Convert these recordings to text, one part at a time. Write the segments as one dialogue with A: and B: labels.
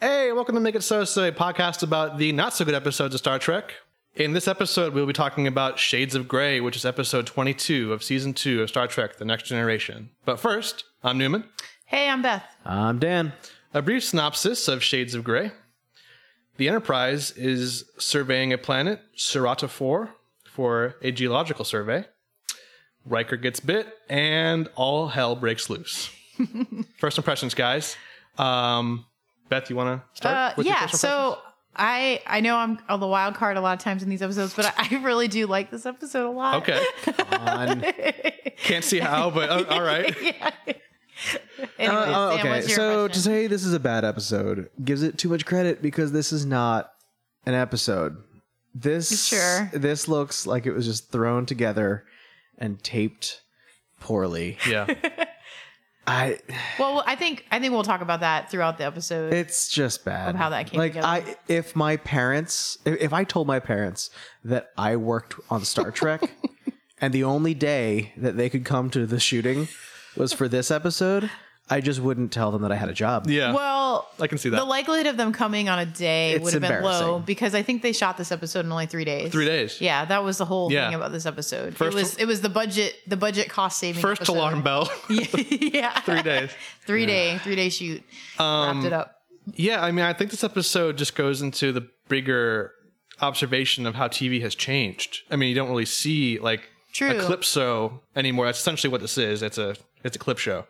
A: Hey, welcome to Make It So So, a podcast about the not so good episodes of Star Trek. In this episode, we'll be talking about Shades of Grey, which is episode 22 of season 2 of Star Trek The Next Generation. But first, I'm Newman.
B: Hey, I'm Beth.
C: I'm Dan.
A: A brief synopsis of Shades of Grey. The Enterprise is surveying a planet, Serata 4, for a geological survey. Riker gets bit, and all hell breaks loose. first impressions, guys. Um, Beth, you want to
B: Uh,
A: start? with your
B: yeah,
A: first
B: so
A: impressions?
B: I I know I'm on the wild card a lot of times in these episodes, but I, I really do like this episode a lot.
A: Okay.
C: On-
A: Can't see how, but uh, all right.
B: yeah.
C: Uh,
B: Anyways,
C: oh,
B: Dan,
C: okay,
B: what's your
C: so to
B: impression?
C: say this is a bad episode gives it too much credit because this is not an episode. This
B: Sure.
C: this looks like it was just thrown together and taped poorly.
A: Yeah.
C: I
B: well, I think I think we'll talk about that throughout the episode.
C: it's just bad.
B: Of how that came
C: like
B: together.
C: I if my parents if, if I told my parents that I worked on Star Trek and the only day that they could come to the shooting was for this episode, I just wouldn't tell them that I had a job.
A: Yeah.
B: well,
A: I can see
B: the
A: that.
B: likelihood of them coming on a day
C: It's
B: would have been low
C: embarrassing.
B: because I think they shot this episode in only three days.
A: Three days.
B: Yeah, that was the whole
A: Yeah.
B: thing about this episode.
A: First-
B: it was it was the budget the budget cost saving
A: First
B: episode.
A: alarm bell.
B: yeah,
A: Three days.
B: three day three day shoot
A: Um,
B: wrapped it up.
A: Yeah, I mean, I think this episode just goes into the bigger observation of how TV has changed. I mean, you don't really see like a
B: True.
A: clip show anymore. That's essentially what this is. It's a it's a clip show,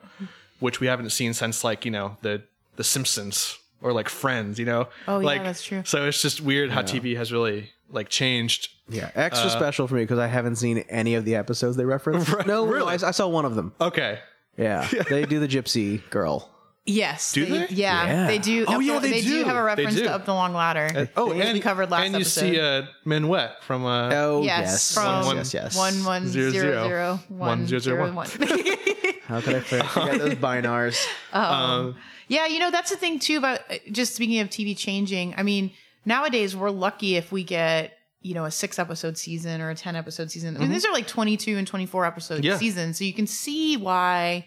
A: which we haven't seen since like you know the the Simpsons or like Friends. You know.
B: Oh, yeah,
A: like,
B: that's true.
A: So it's just weird how TV has really like changed.
C: Yeah, extra
A: Uh,
C: special for me because I haven't seen any of the episodes they reference. no,
A: really?
C: no, I, I saw one of them.
A: Okay.
C: Yeah, they do the gypsy girl.
B: Yes.
A: Do they?
B: Yeah,
C: Yeah.
B: they do.
A: Oh,
B: Up the-
A: yeah, they do.
B: have a
A: They
B: reference
A: do.
B: to Up the Long Ladder.
A: Oh,
B: Which
A: and
B: we covered last
A: and you
B: episode.
A: see uh, Minuet from uh,
C: Oh
B: yes,
C: yes,
B: from
A: One-
C: yes, yes.
B: one one
A: Zero,
B: zero
A: zero.
B: zero
A: One,
B: one
A: zero, zero,
B: zero
A: one.
B: one.
C: How could I forget forget those binars?
B: Yeah, you know that's the thing too about uh, just speaking of TV changing. I mean, nowadays we're lucky if we get you know a six episode season or a ten episode season. I mean, these are like twenty two and twenty four episode
A: Mm-hmm. Yeah.
B: seasons, so you can see why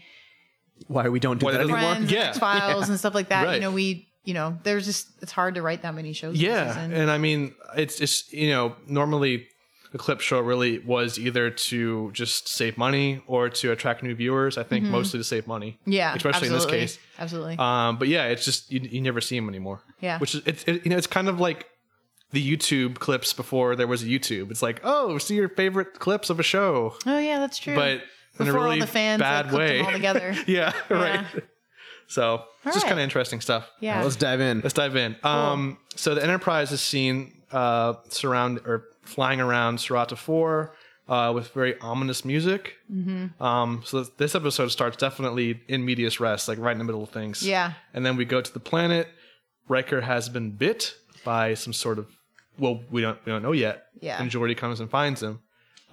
C: Why we don't do
A: Why
C: that
A: doesn't-
C: anymore?
B: Friends,
A: Yeah.
B: X Files, and stuff like that.
A: Right.
B: You know, we you know there's just it's hard to write that many shows. in a
A: Yeah,
B: season.
A: and I mean, it's it's you know normally a clip show really was either to just save money or to attract new viewers. I think mostly to save money.
B: Mm-hmm. yeah,
A: especially
B: absolutely.
A: in this case.
B: absolutely.
A: Um, but yeah, it's just you, you never see them anymore.
B: Yeah.
A: which is it's it, you know it's kind of like the YouTube clips before there was YouTube. It's like oh, see your favorite clips of a show,
B: Oh yeah, that's true.
A: but in a
B: Before all
A: really
B: the fans, like,
A: bad
B: clipped them
A: way.
B: all together.
A: yeah, right.
B: Yeah.
A: So it's just
B: right.
A: kind of interesting stuff.
B: yeah,
C: Let's dive in.
A: Let's dive in. Um, so the Enterprise is seen uh, surround or flying around Serata Four uh, with very ominous music.
B: Mm-hmm.
A: Um, so th- this episode starts definitely in medias res, like right in the middle of things.
B: Yeah.
A: And then we go to the planet. Riker has been bit by some sort of well, we don't we don't know yet.
B: Yeah.
A: And Geordi comes and finds him.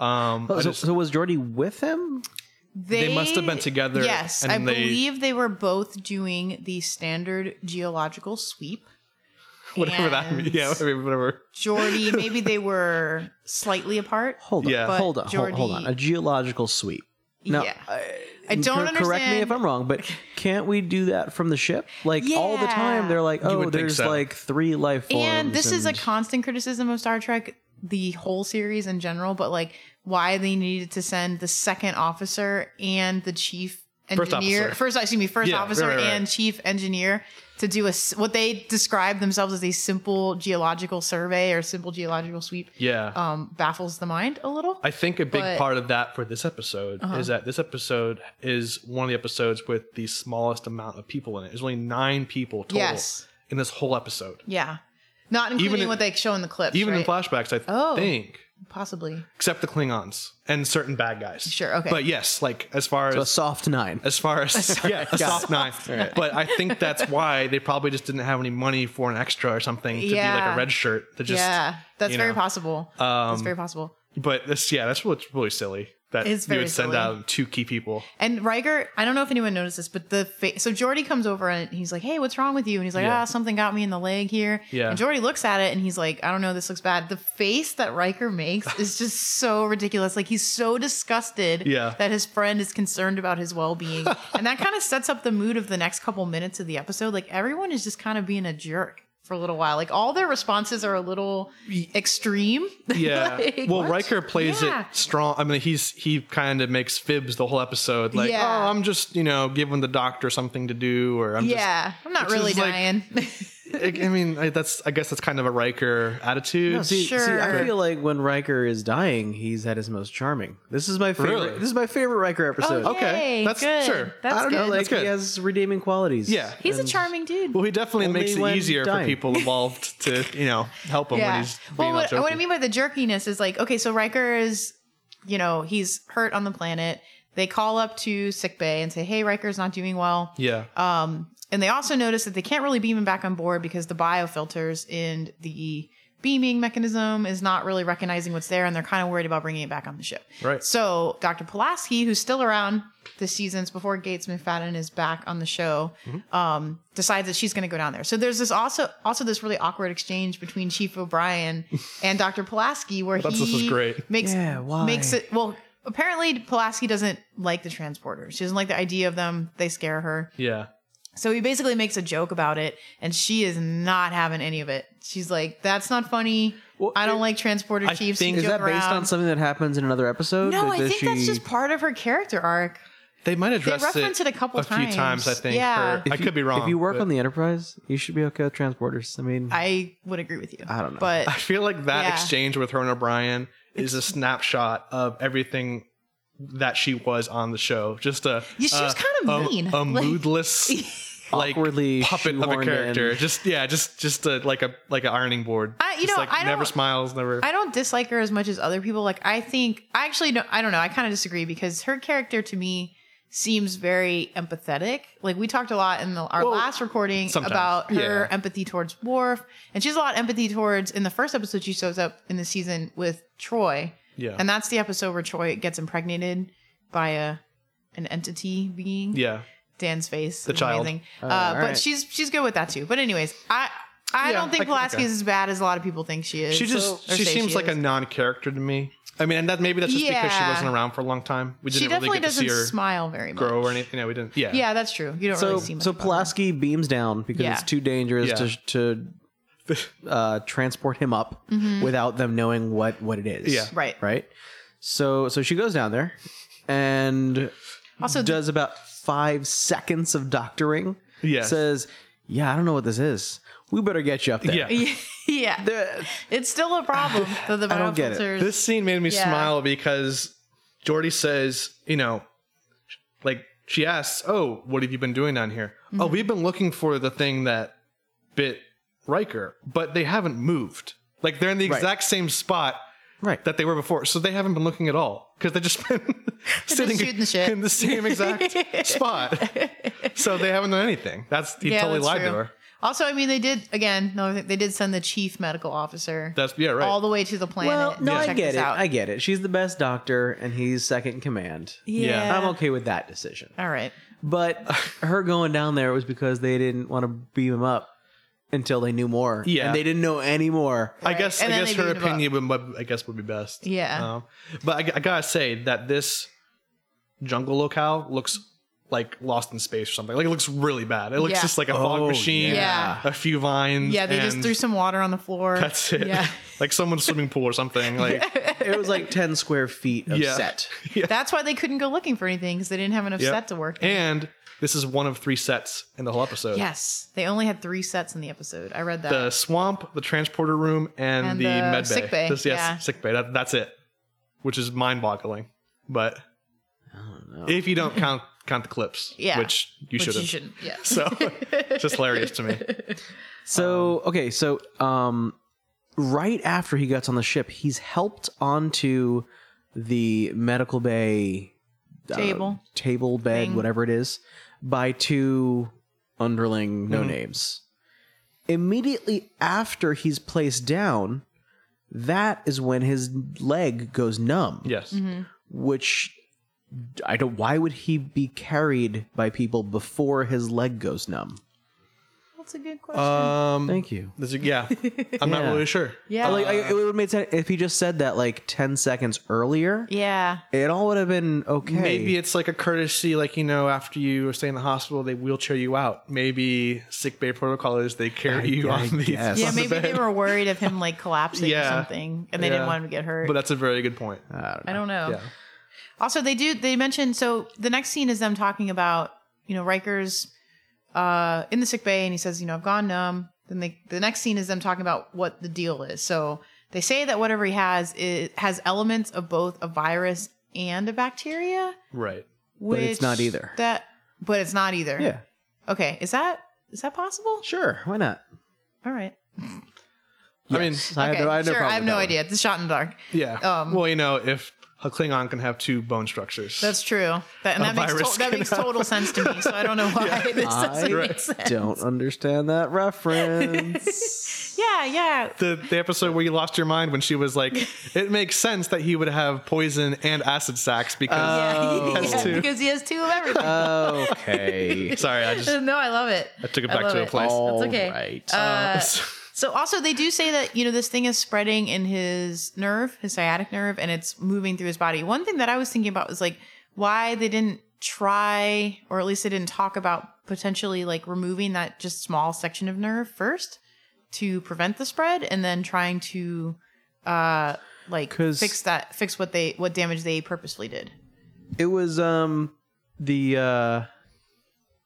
A: Um, I
C: Oh, so,
A: just-
C: so was Jordy with him?
A: They must have been together,
B: Yes,
A: and
B: I
A: they-
B: believe they were both doing the standard geological sweep.
A: whatever that
B: and-
A: means. Yeah, I mean, whatever.
B: Jordy, maybe they were slightly apart.
C: Hold on,
A: Yeah. But
C: hold on, hold, hold on.
B: Geordi-
C: A geological sweep. Now,
B: yeah,
C: I
B: don't
C: Correct me
B: understand-
C: if I'm wrong, but can't we do that from the ship? Like all the
B: Yeah.
C: time, they're like,
A: would
C: "Oh,
A: think
C: there's
A: so.
C: like three life forms."
B: and this is a
C: and-
B: constant criticism of Star Trek, the whole series in general, but like why they needed to send the second officer and the chief
A: First
B: engineer,
A: officer.
B: first, excuse me, first
A: Yeah, right,
B: officer
A: right, right.
B: and chief engineer to do a s- what they describe themselves as a simple geological survey or simple geological sweep.
A: Yeah.
B: um, baffles the mind a little.
A: I think a big
B: But- Uh-huh.
A: part of that for this episode is that this episode is one of the episodes with the smallest amount of people in it. There's only nine people total
B: Yes.
A: in this whole episode.
B: yeah, not including
A: in-
B: what they show in the clips.
A: Even in
B: right?
A: flashbacks, I
B: Oh.
A: think,
B: possibly.
A: except the Klingons and certain bad guys.
B: Sure, okay.
A: But yes, like as far
C: a
A: as
C: soft nine.
A: as far as yeah, a soft nine. But I think that's why they probably just didn't have any money for an extra or something to be like
B: Yeah.
A: a red shirt to just.
B: yeah, that's
A: you
B: very
A: know, um,
B: possible. that's very possible.
A: But this, yeah, that's what's really silly. that
B: It's
A: you
B: very
A: would send
B: silly.
A: out two key people.
B: And Riker, I don't know if anyone noticed this, but the fa- so Jordy comes over and he's like, "Hey, what's wrong with you?" And he's like,
A: Yeah.
B: "Ah, something got me in the leg here."
A: Yeah.
B: And Jordy looks at it and he's like, "I don't know, this looks bad." The face that Riker makes is just so ridiculous. Like he's so disgusted
A: Yeah.
B: that his friend is concerned about his well-being, and that kind of sets up the mood of the next couple minutes of the episode. Like everyone is just kind of being a jerk for a little while. Like all their responses are a little extreme.
A: Yeah.
B: Like,
A: well,
B: what?
A: Riker plays
B: Yeah.
A: it strong. I mean, he's he kind of makes fibs the whole episode. Like,
B: Yeah.
A: oh, I'm just you know giving the doctor something to do, or I'm
B: Yeah, I'm not
A: which
B: really
A: is, like,
B: dying.
A: just. I, I mean, I, that's I guess that's kind of a Riker attitude.
C: No, see, see,
B: Oh, Sure.
C: I feel like when Riker is dying, he's at his most charming. This is my favorite.
A: Really?
C: This is my favorite Riker episode.
B: Oh,
A: Okay,
B: Yay,
A: that's
B: good.
A: sure.
B: That's
C: I don't know.
B: good.
C: Like
A: That's good.
C: he has redeeming qualities.
A: Yeah.
B: He's a
C: And-
B: charming dude.
A: well, he definitely
C: Only
A: makes it
C: when
A: easier for
C: dying.
A: people involved to you know help him when he's being
B: well, what,
A: all
B: what I
A: jokey.
B: mean by the jerkiness is like, okay, so Riker is, you know, he's hurt on the planet. They call up to sick bay and say, "Hey, Riker's not doing well."
A: Yeah.
B: Um, and they also notice that they can't really beam him back on board because the biofilters in the beaming mechanism is not really recognizing what's there, and they're kind of worried about bringing it back on the ship.
A: Right.
B: So Dr. Pulaski, who's still around this season, it's before Gates McFadden is back on the show,
A: Mm-hmm.
B: um, decides that she's going to go down there. So there's this also also this really awkward exchange between Chief O'Brien and Dr. Pulaski where
A: thought
B: he
A: this was great.
B: makes
C: Yeah, why?
B: makes it well. Apparently, Pulaski doesn't like the transporters. She doesn't like the idea of them. They scare her.
A: yeah.
B: So he basically makes a joke about it, and she is not having any of it. She's like, "That's not funny.
C: Well,
B: I don't
C: it-
B: like transporter
A: I
B: chiefs."
A: think-
B: You
C: Is
B: joke
C: that based
B: around.
C: on something that happens in another episode?
B: No,
C: Like,
B: I
C: does
B: think that's
C: she-
B: just part of her character arc.
A: They might
B: They
A: address
B: reference it, a couple times.
A: few times. I think.
B: Yeah.
A: or- I
C: If you-
A: could be wrong.
C: If you work
A: but-
C: on the Enterprise, you should be okay with transporters. I mean,
B: I would agree with you.
C: I don't know.
B: but
A: I feel like that
B: Yeah.
A: exchange with her and O'Brien is a snapshot of everything that she was on the show. Just a
B: Yeah, she was
A: a-
B: kinda
A: a-
B: mean.
A: a,
B: Like-
A: moodless, like
C: Awkwardly
A: puppet of a
C: shoehorned
A: character.
C: in.
A: Just yeah, just just a, like a like an ironing board.
B: I- you
A: Just,
B: know,
A: like,
B: I don't-
A: never smiles, never.
B: I don't dislike her as much as other people. Like I think I actually don't. I don't know. I kind of disagree because her character to me seems very empathetic. Like we talked a lot in the, our
A: Well,
B: last recording
A: sometimes,
B: about her
A: yeah.
B: empathy towards Worf, and she's a lot of empathy towards. In the first episode, she shows up in the season with Troy,
A: yeah,
B: and that's the episode where Troy gets impregnated by a an entity being.
A: yeah.
B: Dan's face. The
A: child. Oh,
B: Amazing. Uh,
C: all
B: but
C: right.
B: she's she's good with that too. But anyways, I I
A: Yeah,
B: don't think
A: I-
B: Pulaski
A: okay.
B: is as bad as a lot of people think she is.
A: She just
B: or
A: she
B: say
A: seems like a
B: is.
A: non-character to me. I mean, and that maybe that's just because she
B: Yeah.
A: wasn't around for a long time. We
B: She
A: didn't
B: definitely
A: really get to
B: doesn't
A: see her
B: smile very much.
A: grow or anything. No, we didn't. Yeah,
B: Yeah, that's true. You don't
C: so
B: really see much.
C: so
B: about her.
C: Pulaski beams down because
B: Yeah.
C: it's too dangerous
A: Yeah.
C: to to uh, transport him up without them knowing what what it is.
A: Yeah.
B: Mm-hmm. Right.
C: Right. So so she goes down there and
B: Also, th-
C: does about five seconds of doctoring.
A: Yes.
C: Says, yeah, I don't know what this is. We better get you up there.
A: yeah.
B: yeah,
C: There-
B: it's still a problem. Though the
C: I don't get it.
B: biofilters-
A: This scene made me
B: Yeah.
A: smile because Jordy says, you know, like she asks, "Oh, what have you been doing down here?"
B: Mm-hmm.
A: "Oh, we've been looking for the thing that bit Riker, but they haven't moved. Like they're in the
C: Right.
A: exact same spot
C: Right.
A: that they were before, so they haven't been looking at all because they've just been sitting
B: shooting the shit.
A: in the same exact spot. So they haven't done anything. That's he
B: Yeah,
A: totally
B: that's
A: lied to
B: true.
A: her.
B: Also, I mean, they did again. No, they did send the chief medical officer
A: That's yeah, right.
B: all the way to the planet.
C: Well, no,
B: to
C: I
B: check
C: get
B: this
C: it.
B: out.
C: I get it. She's the best doctor, and he's second in command.
A: Yeah.
C: I'm okay with that decision.
B: All right.
C: But her going down there was because they didn't want to beam him up until they knew more.
A: Yeah.
C: And they didn't know any more.
A: I
B: Right.
A: guess
B: And
A: I
B: then
A: guess
B: they
A: her
B: beat him up.
A: opinion would, would- I guess would be best.
B: Yeah.
A: Um, but I, I gotta say that this jungle locale looks like Lost in Space or something. Like it looks really bad. It looks
B: Yeah.
A: just like a fog
C: Oh,
A: machine,
B: yeah.
A: a few vines.
B: Yeah, they just
A: and
B: threw some water on the floor.
A: That's it.
B: Yeah.
A: like someone's swimming pool or something. Like
C: It was like 10 square feet of
A: Yeah.
C: set.
B: That's why they couldn't go looking for anything because they didn't have enough
A: Yep.
B: set to work. in.
A: and this is one of three sets in the whole episode.
B: yes, they only had three sets in the episode. I read that.
A: The swamp, the transporter room, and,
B: And
A: the,
B: the
A: med bay.
B: sick bay,
A: This- yes,
B: yeah.
A: sick bay. That, that's it, which is mind-boggling. But
C: know.
A: if you don't count count the clips,
B: Yeah.
A: which you
B: which
A: should
B: you
A: have.
B: shouldn't. Yeah.
A: So just hilarious to me.
C: So, okay. So, um, right after he gets on the ship, he's helped onto the medical bay uh,
B: Table.
C: table, bed,
B: Thing.
C: whatever it is, by two underling no names. Immediately after he's placed down, that is when his leg goes numb,
B: Mm-hmm.
A: Yes.
C: which I don't. Why would he be carried by people before his leg goes numb?
B: That's a good question.
A: Um,
C: Thank you.
A: this is- yeah, I'm not
C: Yeah.
A: really sure.
B: yeah.
C: like, I, it would have made sense if he just said that like ten seconds earlier.
B: yeah.
C: It all would have been okay.
A: Maybe it's like a courtesy, like you know, after you stay in the hospital, they wheelchair you out. Maybe sick bay protocol is they carry you
C: I
A: on the
C: guess.
B: Yeah,
A: on the
B: maybe they
A: bed.
B: were worried of him like collapsing or
A: Yeah.
B: something, and they didn't
A: Yeah.
B: want him to get hurt.
A: But that's a very good point.
C: I don't
B: I
C: know.
B: don't know.
A: Yeah.
B: Also, they do they mentioned so the next scene is them talking about you know Riker's uh, in the sick bay, and he says you know I've gone numb. Then they the next scene is them talking about what the deal is. So they say that whatever he has it has elements of both a virus and a bacteria,
A: Right.
B: which
C: it's not either.
B: That but it's not either.
C: Yeah,
B: Okay. Is that is that possible?
C: sure. Why not?
B: All right.
A: I mean,
C: Yes, I,
B: okay.
C: had no, I had no
B: sure.
C: problem
B: I have
C: with
B: no
C: that one.
B: idea. It's a shot in the dark.
A: yeah.
B: Um,
A: well, you know, if a Klingon can have two bone structures,
B: That's true. That, and
A: A
B: that makes,
A: virus
B: to- that
A: can
B: makes
A: have-
B: total sense to me. So I don't know why this doesn't
C: I-
B: make sense.
C: Don't understand that reference.
B: Yeah, yeah.
A: the, the episode where you lost your mind when she was like, it makes sense that he would have poison and acid sacs because.
B: yeah,
A: has two.
B: because he has two of everything.
A: Uh,
C: Oh. okay.
A: sorry, I just
B: no, I love it.
A: I took it
B: I
A: back
B: love
A: to a
B: it.
A: place.
C: All
B: okay.
C: right.
B: Uh, so also they do say that you know this thing is spreading in his nerve, his sciatic nerve, and it's moving through his body. One thing that I was thinking about was like why they didn't try, or at least they didn't talk about potentially like removing that just small section of nerve first to prevent the spread, and then trying to uh like
C: 'Cause-
B: fix that fix what they what damage they purposefully did.
C: it was um the uh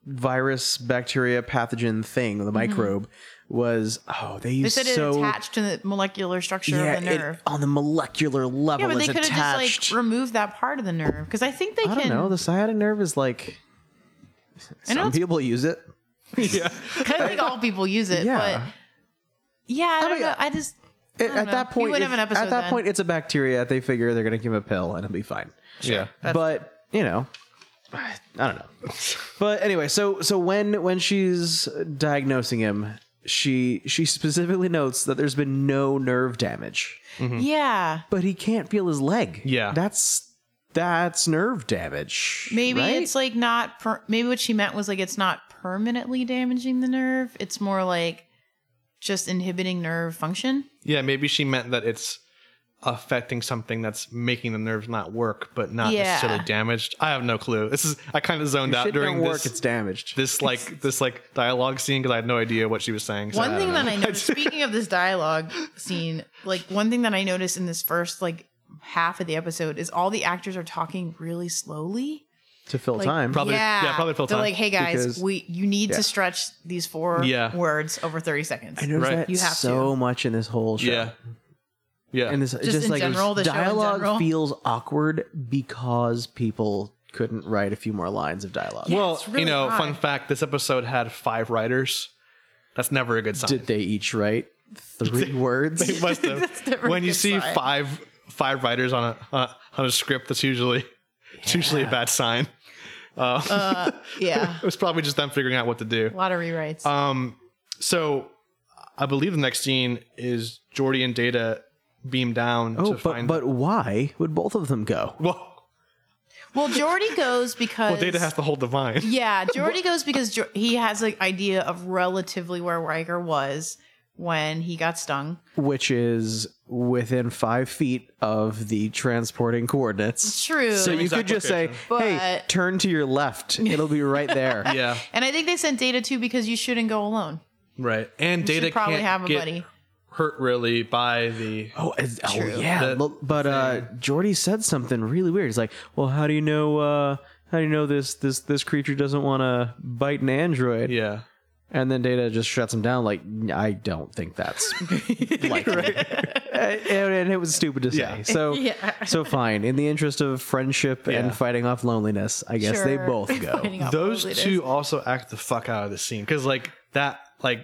C: virus bacteria pathogen thing the microbe was oh
B: Mm-hmm.
C: they
B: They
C: used
B: said it
C: so
B: attached to the molecular structure
C: yeah
B: of the
C: it-
B: nerve.
C: on the molecular level
B: Yeah, but they
C: is
B: could have
C: attached
B: just like removed that part of the nerve because I think they
C: i
B: can.
C: don't know the sciatic nerve is like
B: I know
C: some
B: it's-
C: people use it Oh.
A: yeah.
B: I think all people use it,
C: Yeah. Oh,
B: but yeah, I don't
C: mean,
B: know. I just
C: at
B: don't know.
C: that
B: You
C: point
B: would
C: if-
B: have an episode
C: at that
B: then.
C: point it's a bacteria they figure they're gonna give him a pill and it'll be fine
A: Yeah.
C: but you know i don't know but anyway so so when when she's diagnosing him she she specifically notes that there's been no nerve damage
A: Mm-hmm.
B: yeah,
C: but he can't feel his leg
A: Yeah.
C: that's that's nerve damage
B: maybe
C: right?
B: it's like not. Per- maybe what she meant was like it's not permanently damaging the nerve. It's more like just inhibiting nerve function.
A: Yeah, maybe she meant that it's affecting something that's making the nerves not work, but not
B: Yeah.
A: necessarily damaged. I have no clue. This is I kind of zoned out
C: Shit
A: during
C: don't work
A: this
C: it's damaged
A: this like this like dialogue scene because I had no idea what she was saying. So
B: one thing that I noticed, speaking of this dialogue scene, like one thing that I noticed in this first like half of the episode is all the actors are talking really slowly.
C: to fill
B: Like,
C: time
A: Probably-
B: yeah,
A: yeah, probably fill
B: They're
A: time.
B: like, hey guys,
C: Because-
B: we you need
C: yeah.
B: to stretch these four
A: Yeah.
B: words over thirty seconds.
C: i noticed
A: Right.
C: that
B: You have
C: so much in this whole show
A: yeah, yeah,
C: and this
B: Just
C: just,
B: in
C: like
B: general, the show in
C: dialogue
B: general.
C: feels awkward because people couldn't write a few more lines of dialogue
A: well,
B: it's really
A: you know,
B: odd.
A: fun fact: this episode had five writers. That's never a good sign.
C: Did they each write three
A: They
C: words?
A: must have.
B: That's never a
A: when you
B: good
A: see
B: sign.
A: five five writers on a on a, on a script, that's usually it's usually a bad sign. Uh,
B: yeah,
A: it was probably just them figuring out what to do.
B: a lot of rewrites.
A: Um, so I believe the next scene is Jordy and Data beam down
C: Oh,
A: to
C: but
A: find.
C: but why would both of them go?
A: well,
B: well, Jordy goes because
A: well, Data has to hold the vine.
B: yeah, Jordy goes because jo- he has an idea of relatively where Riker was when he got stung.
C: Which is within five feet of the transporting coordinates.
B: True.
C: So you
A: exact
C: could just say,
B: location.
C: "Hey,
B: But-
C: turn to your left. It'll be right there."
A: Yeah,
B: and I think they sent data too because you shouldn't go alone.
A: right. And
B: You
A: Data
B: should probably
A: can't
B: have a
A: get
B: buddy.
A: hurt really by the.
C: Oh, it's- oh
B: True.
C: yeah.
A: The
C: Lo- but uh, Jordy said something really weird. He's like, "Well, how do you know? Uh, how do you know this this this creature doesn't want to bite an android?"
A: Yeah.
C: And then Data just shuts him down. Like, I don't think that's likely. and, and it was stupid to say.
A: Yeah.
C: So,
B: Yeah.
C: so fine. In the interest of friendship
A: Yeah.
C: and fighting off loneliness, I guess they
B: Sure.
C: both go.
B: Fighting off
A: Those
B: loneliness.
A: two also act the fuck out of the scene because like that like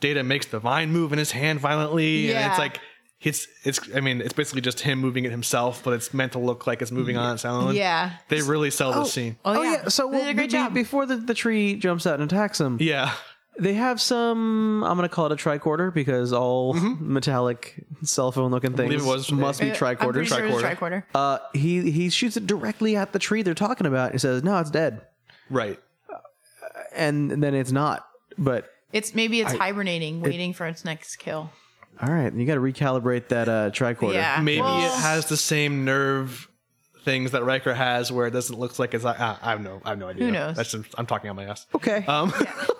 A: Data makes the vine move in his hand violently, and
B: Yeah.
A: it's like. It's it's I mean it's basically just him moving it himself, but it's meant to look like it's moving on its own.
B: Yeah.
A: they really sell this scene.
B: Oh,
C: Oh yeah.
B: yeah.
C: So
B: they
C: well,
B: did a
C: be-
B: great job.
C: before the, the tree jumps out and attacks him,
A: Yeah,
C: They have some. I'm gonna call it a tricorder because all metallic cell phone looking things
A: Mm-hmm. believe it was
C: must
B: Uh,
C: be
B: I'm
C: tricorders.
B: pretty sure it was tricorder.
C: Uh, he he shoots it directly at the tree they're talking about. He says, "No, it's dead,"
A: Right.
C: and then it's not. But
B: It's maybe it's hibernating, waiting for its next kill.
C: all right, you got to recalibrate that uh, tricorder.
B: Yeah.
A: Maybe
B: Well-
A: it has the same nerve things that Riker has, where it doesn't look like it's. I, I have no, I have no idea.
B: Who knows?
A: That's just, I'm talking on my ass.
C: Okay.
A: Um,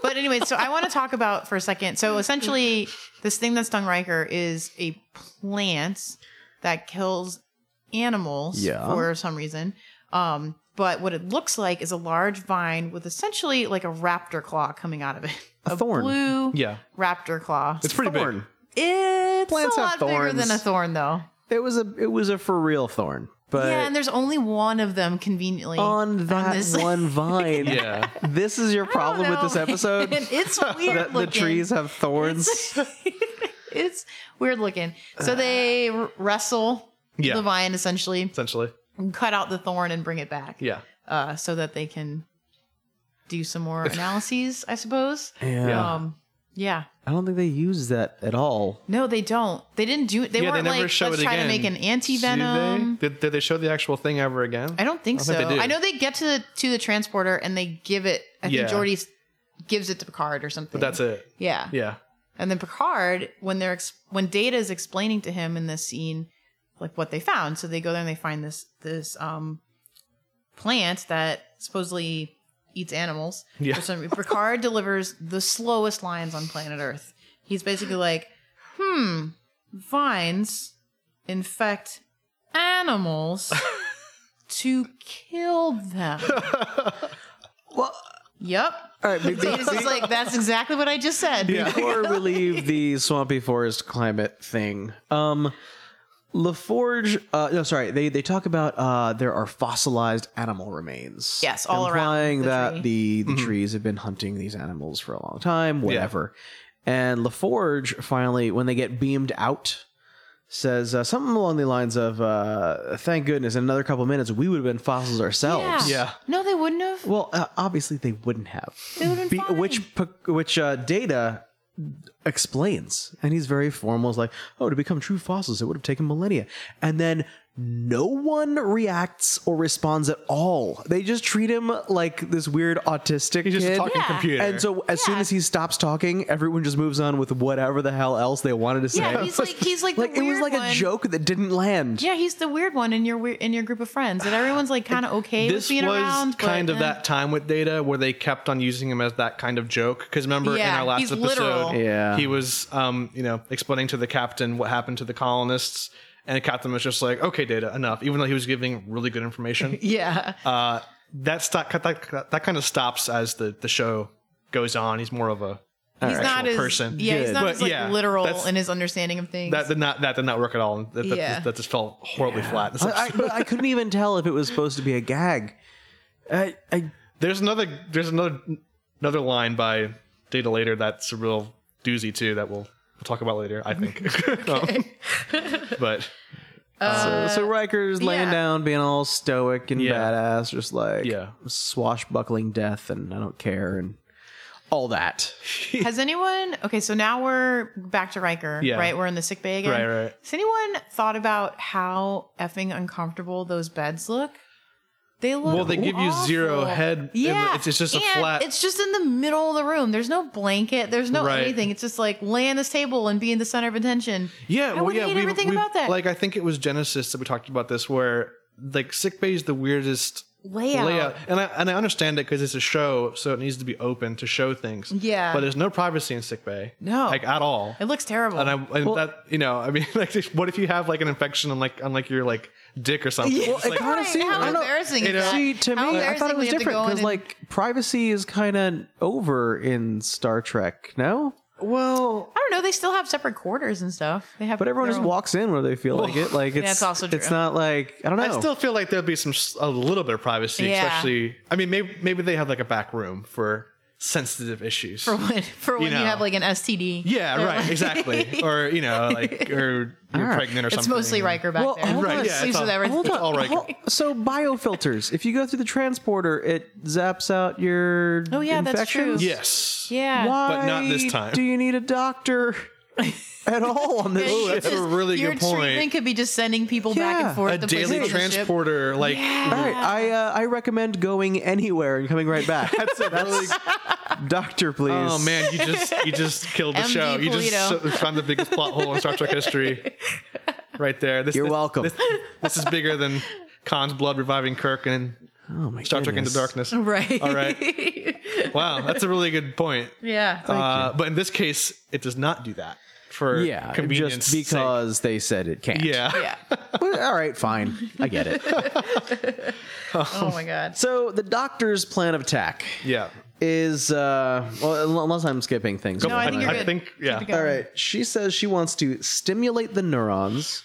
B: But anyway, so I want to talk about for a second. So essentially, this thing that stung Riker is a plant that kills animals
C: Yeah.
B: for some reason. Um, but what it looks like is a large vine with essentially like a raptor claw coming out of it.
C: A thorn.
B: blue
A: yeah,
B: raptor claw.
A: it's pretty
C: thorn.
A: big.
B: It's
C: Plants
B: a
C: have
B: lot bigger
C: thorns.
B: than a thorn, though.
C: It was a it was a for real thorn, but
B: yeah, and there's only one of them conveniently
C: on that
B: this-
C: one vine.
A: Yeah.
C: This is your
B: I don't
C: problem with this
B: know.
C: episode.
B: And it's weird
C: that the
B: looking.
C: trees have thorns.
B: it's weird looking. So they r- wrestle
A: Yeah.
B: the vine essentially,
A: Essentially,
B: and cut out the thorn and bring it back,
A: yeah.
B: uh, so that they can do some more analyses, I suppose.
C: Yeah.
B: Um, yeah.
C: I don't think they use that at all.
B: No, they don't. They didn't do. They
A: yeah,
B: weren't
A: they never
B: like
A: show
B: let's
A: it
B: try
A: again.
B: to make an anti
A: Do
B: venom.
A: they? Did, did they show the actual thing ever again?
B: I don't think
A: I don't
B: so.
A: think they do.
B: I know they get to the to the transporter and they give it. I
A: Yeah.
B: think Jordy gives it to Picard or something.
A: but that's it.
B: Yeah.
A: Yeah.
B: And then Picard, when they're ex- when Data is explaining to him in this scene, like what they found, so they go there and they find this this um plant that supposedly eats animals.
A: Yeah.
B: For some- Picard delivers the slowest lines on planet Earth. He's basically like, "Hmm, vines infect animals to kill them."
C: Well,
B: yep.
C: all right, be-
B: Data's just like, "That's exactly what I just said."
A: Yeah.
C: before we leave the swampy forest climate thing, um, LaForge, uh, no, sorry, they they talk about uh, there are fossilized animal remains.
B: Yes, all around
C: implying
B: the
C: that
B: tree.
C: the the trees have been hunting these animals for a long time, whatever. And LaForge finally, when they get beamed out, says uh, something along the lines of, uh, "Thank goodness, in another couple minutes, we would have been fossils ourselves."
A: Yeah.
B: No, they wouldn't have.
C: Well, uh, obviously they wouldn't have.
B: They would've been fine.
C: Which p- which uh, data explains, and he's very formal. Is like, oh, to become true fossils, it would have taken millennia, and then no one reacts or responds at all. They just treat him like this weird autistic
A: He's just
C: kid.
A: a talking
B: Yeah.
A: computer.
C: And so, as soon
B: Yeah.
C: as he stops talking, everyone just moves on with whatever the hell else they wanted to say.
B: Yeah, he's like he's like,
C: like
B: the
C: it was
B: weird
C: like
B: one.
C: a joke that didn't land.
B: Yeah, he's the weird one in your weir- in your group of friends that everyone's like kind of okay
A: this
B: with being
A: was
B: around. but,
A: kind of
B: eh.
A: that time with Data where they kept on using him as that kind of joke. Because remember in
B: Yeah,
A: our last
B: he's
A: episode,
B: literal.
C: Yeah.
A: he was, um, you know, explaining to the captain what happened to the colonists, and the captain was just like, "Okay, Data, enough." Even though he was giving really good information,
B: Yeah,
A: uh, that, sto- that that kind of stops as the the show goes on. He's more of a
B: he's not
A: actual
B: as
A: person.
B: yeah, he's
A: Good.
B: not
A: But
B: as like
A: yeah,
B: literal
A: that's-
B: in his understanding of things.
A: that did not that did not work at all. That, that,
B: Yeah.
A: that just fell horribly flat. It's like-
C: I, I, but I couldn't even tell if it was supposed to be a gag. I, I
A: There's another there's another another line by Data later that's a real doozy too that we'll, we'll talk about later, I think. Um, but
B: Uh,
C: So, so Riker's laying
B: yeah.
C: down, being all stoic and
A: Yeah.
C: badass, just like
A: Yeah.
C: swashbuckling death, and I don't care, and all that.
B: Has anyone? Okay, so now we're back to Riker.
A: Yeah.
B: right. We're in the sick bay again.
A: Right, right.
B: Has anyone thought about how effing uncomfortable those beds look? They look
A: well, they give you zero
B: awful.
A: head.
B: Yeah,
A: it's, it's just a
B: and
A: flat.
B: It's just in the middle of the room. There's no blanket. There's no
A: Right.
B: anything. It's just like lay on this table and be in the center of attention.
A: yeah,
B: I
A: well,
B: would
A: yeah.
B: hate
A: we've-
B: everything
A: we've-
B: about that.
A: Like I think it was Genesis that we talked about this, where like sick bay is the weirdest
B: Layout.
A: layout, and I and I understand it because it's a show, so it needs to be open to show things.
B: Yeah.
A: but there's no privacy in sick bay.
B: No.
A: like at all.
B: It looks terrible.
A: And I and that you know I mean like what if you have like an infection on like on like your like dick or something? It's
C: it
A: like-
C: kinda
B: Right,
C: seemed-
B: how
C: I don't know.
B: embarrassing is
A: You know,
B: that?
C: See, to
B: How
C: me, I
B: embarrassing
C: thought it
B: we
C: was
B: have to
C: different
B: go in
C: because
B: and-
C: like privacy is kind of over in Star Trek. No,
A: well,
B: I don't know. They still have separate quarters and stuff. They have,
C: but everyone
B: their
C: just
B: own-
C: walks in where they feel like it. Like it's
B: That's also
C: it's
B: true.
C: not like I don't know.
A: I still feel like there'd be some s- a little bit of privacy,
B: Yeah.
A: especially. I mean, maybe maybe they have like a back room for sensitive issues.
B: for when for when you,
A: know.
B: have like an STD.
A: yeah,
B: They're
A: right,
B: like-
A: exactly. Or you know, like or you're
C: Ah.
A: pregnant or
B: It's
A: something.
B: mostly Riker back
C: Well,
B: there.
C: hold Right, on.
A: yeah, it's
B: Sleeps with
A: all-
B: everything.
A: Hold on. All right.
C: Hol- so biofilters. If you go through the transporter, it zaps out your
B: Oh, yeah, that's
C: infections?
B: true.
A: Yes.
B: Yeah.
C: Why
A: But not this time.
C: Do you need a doctor at all on this?
B: Yeah, you
C: ship?
A: that's a
B: just-
A: really
B: your
A: good point.
B: treatment could be just sending people back
C: Yeah.
B: and forth.
A: A
B: the places
A: daily
B: on the ship.
A: transporter, like
C: All right, I uh, I recommend going anywhere and coming right back. That's it. doctor, please.
A: Oh man, you just you just killed the
B: MD
A: show. You just
B: Polito.
A: so- found the biggest plot hole in Star Trek history, right there. This,
C: You're
A: this-
C: welcome.
A: This, this is bigger than Khan's blood reviving Kirk and
C: Oh my
A: Star Trek Into
C: goodness.
A: Darkness.
B: Right.
A: All right. Wow, that's a really good point.
B: yeah.
A: Uh, but in this case, it does not do that for
C: Yeah,
A: convenience
C: just
A: sake.
C: because they said it can't.
A: Yeah.
B: Oh, yeah.
C: But, all right, fine. I get it.
B: Oh my god.
C: So the doctor's plan of attack
A: Yeah.
C: is uh, well, unless I'm skipping things.
B: No, I think you're
A: I
B: good.
A: think yeah.
B: Keep it going.
C: All right. She says she wants to stimulate the neurons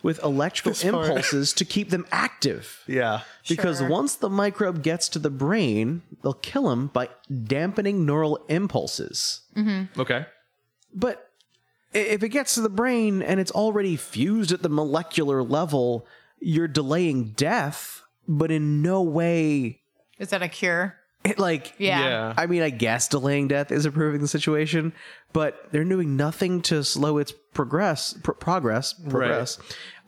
C: with electrical
A: part.
C: impulses to keep them active.
A: Yeah.
C: Because
B: Sure.
C: once the microbe gets to the brain, they'll kill him by dampening neural impulses.
A: Okay.
C: But i- if it gets to the brain and it's already fused at the molecular level, you're delaying death, but in no way
B: Is that a cure?
C: it like
B: Yeah.
A: Yeah.
C: I mean, I guess delaying death is improving the situation, but they're doing nothing to slow its progress, pr- progress, progress,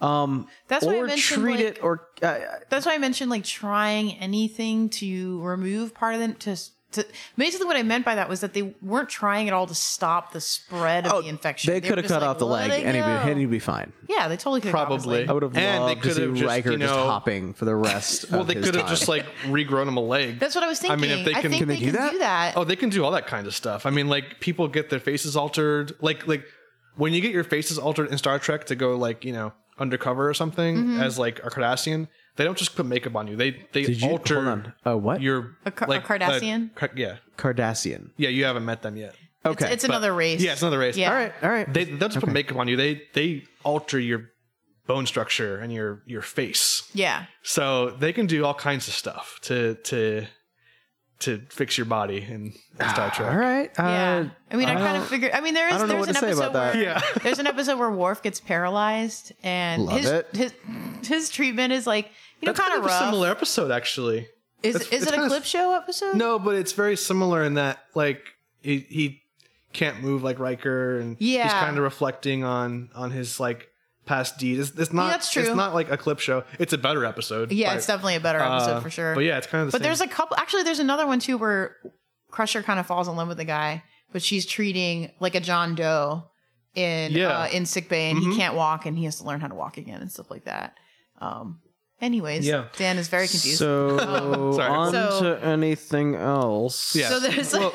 C: um,
B: That's why I
C: or
B: mentioned,
C: treat
B: like-
C: it, or uh,
B: That's why I mentioned like trying anything to remove part of them to. To, basically, what I meant by that was that they weren't trying at all to stop the spread
A: Oh,
B: of the infection.
C: they
B: were
C: could have
B: just
C: cut
B: like,
C: off the
B: "Let
C: leg
B: it
C: and he'd,
B: go."
C: be, and he'd be fine.
B: yeah, they totally could
A: Probably.
C: I would have
A: And they
C: loved to
A: could
C: see
A: have just,
C: Riker
A: you
C: just
A: know-
C: hopping for the rest.
A: Well,
C: of
A: they
C: his
A: could have
C: time.
A: just like regrown him a leg.
B: That's what I was
A: I
B: thinking.
A: mean, if they can-
B: think
A: Can
B: they, can do that.
A: Oh, they can do all that kind of stuff. I mean, like people get their faces altered. Like like when you get your faces altered in Star Trek to go like you know undercover or something
B: Mm-hmm.
A: as like a Cardassian, they don't just put makeup on you. They they
C: Did you
A: alter
C: hold on? Uh, what?
A: your
B: A Car- a
A: like,
B: Cardassian?
A: uh, Car- yeah,
C: Cardassian.
A: yeah. You haven't met them yet.
C: Okay.
B: it's another race.
A: Yeah, it's another race.
B: Yeah.
C: all right. All right.
A: They they'll just put makeup on you. They they alter your bone structure and your your face.
B: Yeah.
A: So they can do all kinds of stuff to to to fix your body in, in Star Trek.
C: all right. Uh,
B: Yeah. I mean, I, kind
C: don't-
B: of figured. I mean, there is.
C: I don't know
B: there's
C: what
B: an
C: to say
B: episode
C: about that.
B: Where,
A: Yeah.
B: There's an episode where Worf gets paralyzed, and
C: Love
B: his
C: it.
B: his his treatment is like you know
A: That's
B: kind of
A: a
B: rough.
A: similar episode, actually.
B: is
A: that's-
B: is
A: it's
B: it a
A: kinda-
B: clip show episode?
A: No, but it's very similar in that like he, he can't move like Riker, and he's
B: Yeah.
A: kind of reflecting on on his like past deed. It's, it's not.
B: that's true.
A: It's not like a clip show. It's a better episode.
B: Yeah,
A: but,
B: it's definitely a better episode
A: uh,
B: for sure.
A: But yeah, it's kind of. The
B: But there's a couple. Actually, there's another one too where Crusher kind of falls in love with the guy, but she's treating like a John Doe in
A: Yeah.
B: uh, in sick bay, and he can't walk, and he has to learn how to walk again and stuff like that. Um. Anyways,
A: Yeah.
B: Dan is very confused.
C: So
A: Sorry.
C: on
B: So-
C: to anything else.
A: Yeah.
B: So there's
A: Well-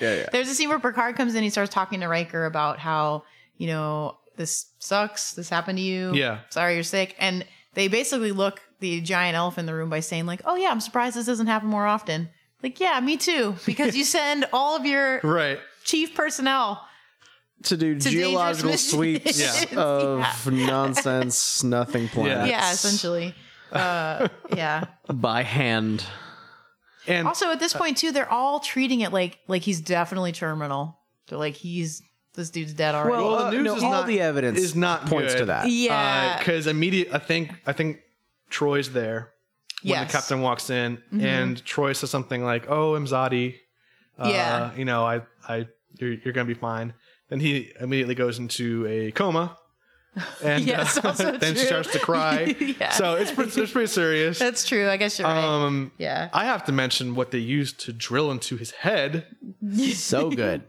B: there's a scene where Picard comes in, he starts talking to Riker about how you know this sucks, this happened to you.
A: Yeah.
B: sorry you're sick, and they basically look the giant elephant in the room by saying like, oh yeah, I'm surprised this doesn't happen more often. Like yeah, me too, because you send all of your
A: right.
B: chief personnel.
C: to do
B: dangerous
C: geological
B: missions.
C: sweeps
A: Yeah.
C: of
B: Yeah.
C: nonsense, nothing planets.
A: Yes.
B: Yeah, essentially. Uh, yeah.
C: By hand.
A: And
B: Also, at this point too, they're all treating it like like he's definitely terminal. They're like he's this dude's dead already.
A: Well, the news
C: uh, no,
A: is
C: all
A: not-
C: the evidence
A: is not
C: points to
A: good.
C: that.
B: yeah.
A: because immediate, Uh, I think I think Troy's there when
B: Yes. Mm-hmm.
A: the captain walks in, and Troy says something like, "Oh, Imzadi, uh,
B: Yeah.
A: you know, I, I, you're, you're gonna be fine." Then he immediately goes into a coma, and
B: Yes,
A: uh,
B: also
A: then she
B: true.
A: starts to cry.
B: Yeah.
A: So it's pretty, it's pretty serious.
B: That's true. I guess you're right.
A: Um,
B: Yeah.
A: I have to mention what they used to drill into his head.
C: So good.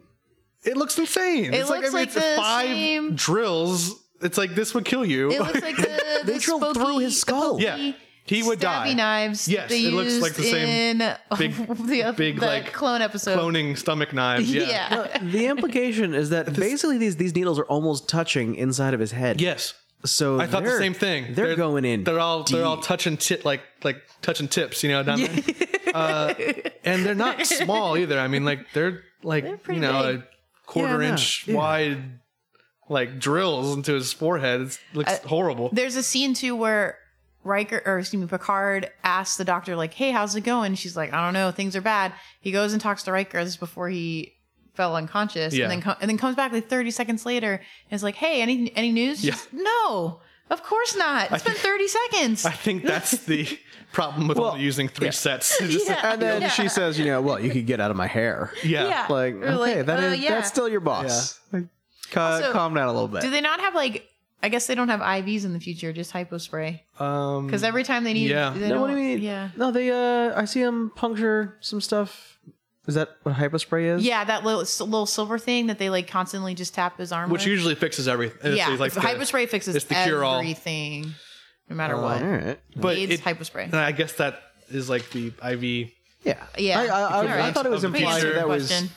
A: It looks insane.
B: It
A: it's like, I mean,
B: looks like
A: it's
B: the
A: five
B: same-
A: drills. It's like this would kill you.
B: It looks like the,
C: They
B: the
C: drilled
B: spooky-
C: through his
B: the
C: skull.
A: Yeah.
B: pokey
A: He would
B: stabby
A: die.
B: knives.
A: Yes,
B: they
A: it looks like the
B: used
A: same
B: in
A: big-
B: the, oth-
A: big,
B: the
A: like,
B: clone episode.
A: cloning stomach knives.
B: Yeah.
C: the implication is that basically these, these needles are almost touching inside of his head.
A: Yes.
C: So
A: I thought the
C: they're-
A: same thing.
C: They're, going in.
A: They're all they're all
C: deep.
A: touching tit like like touching tips, you know. Down there. Uh, and they're not small either. I mean, like they're like
B: pretty
A: you know
B: big.
A: a quarter
C: Yeah, I know.
A: inch
C: Yeah.
A: wide
C: Uh,
A: like drills into his forehead. It looks horrible.
B: There's a scene too where Riker or excuse me, Picard asks the doctor like, "Hey, how's it going?" She's like, "I don't know, things are bad." He goes and talks to Riker. This is before he fell unconscious,
A: Yeah.
B: and then co- and then comes back like thirty seconds later and is like, "Hey, any any news?"
A: Yeah.
B: She's, no, of course not. It's been
A: think-
B: thirty seconds.
A: I think that's the problem with
C: Well,
A: only using three
C: yeah.
A: sets. It's just like,
B: Yeah.
C: And then
B: Yeah.
C: she says, you know, well, you could get out of my hair.
A: yeah.
B: Yeah.
C: Like,
B: Or like,
C: okay, that
B: uh,
C: is
B: yeah.
C: that's still your boss. Like, ca-
B: Also,
C: calm down a little bit.
B: Do they not have like? I guess they don't have IVs in the future, just hypo spray.
A: Um,
B: Because every time they need,
A: Yeah.
B: they
C: no, what do
B: don't-
C: you mean?
B: Yeah,
C: No, they. uh I see them puncture some stuff. Is that what hypospray is?
B: yeah, that little little silver thing that they like constantly just tap his arm.
A: which
B: with.
A: usually fixes everything. It's-
B: yeah,
A: it's like
B: the,
A: the-
B: hyperspray fixes
A: it's the cure-all.
B: everything, no matter
C: Oh,
B: what.
C: all right.
A: but
B: AIDS
A: it,
B: hyperspray.
A: and I guess that is like the IV.
C: Yeah.
B: Yeah.
C: I, I, I,
B: All right.
C: I thought it was
A: Of the
C: implied
A: answer
C: that,
A: the
C: that was.
B: question.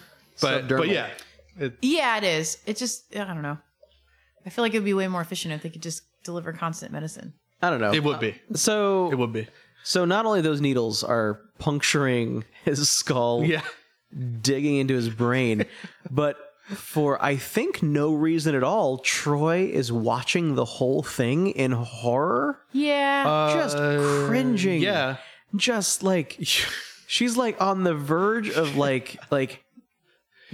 A: But,
C: Subdermal.
A: but yeah, it,
B: Yeah, it is. It just I don't know. I feel like it'd be way more efficient if they could just deliver constant medicine.
C: I don't know.
A: it would be.
C: so
A: It would be.
C: so not only those needles are puncturing his skull,
A: Yeah.
C: digging into his brain, but for I think no reason at all, Troy is watching the whole thing in horror,
B: Yeah.
A: Uh,
C: just cringing.
A: Yeah.
C: just like she's like on the verge of like like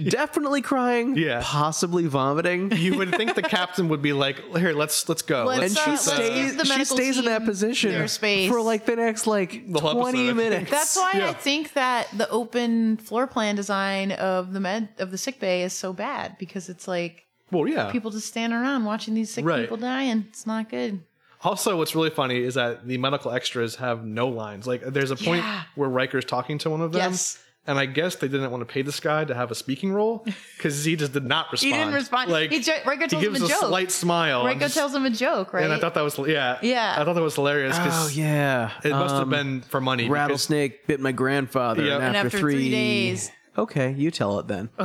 C: definitely crying,
A: Yeah.
C: possibly vomiting.
A: You would think the captain would be like, "Here, let's let's go."
B: Let's-
A: Let's-
C: and
B: So,
C: she
B: let's
C: stays.
B: give the
C: she
B: medical
C: stays in that
B: team
C: position
B: their space.
C: for like the next like
A: The whole
C: twenty
A: episode, I think.
C: minutes.
B: That's why
A: yeah.
B: I think that the open floor plan design of the med of the sick bay is so bad because it's like
A: well, yeah.
B: people just standing around watching these sick
A: Right.
B: people dying. It's not good.
A: Also, what's really funny is that the medical extras have no lines. Like, there's a point
B: Yeah.
A: where Riker's talking to one of them,
B: Yes.
A: and I guess they didn't want to pay this guy to have a speaking role because he just did not
B: He
A: respond.
B: didn't respond.
A: Like,
B: he jo- Riker
A: he
B: tells him
A: gives
B: a
A: a
B: joke.
A: slight smile.
B: Riker
A: and just-
B: tells him a joke, right?
A: And I thought that was yeah.
B: Yeah.
A: I thought that was hilarious
C: Oh
A: because
C: yeah,
A: it must have
C: Um,
A: been for money. because-
C: rattlesnake bit my grandfather,
A: Yep.
B: And after three days-
C: Okay, you tell it then.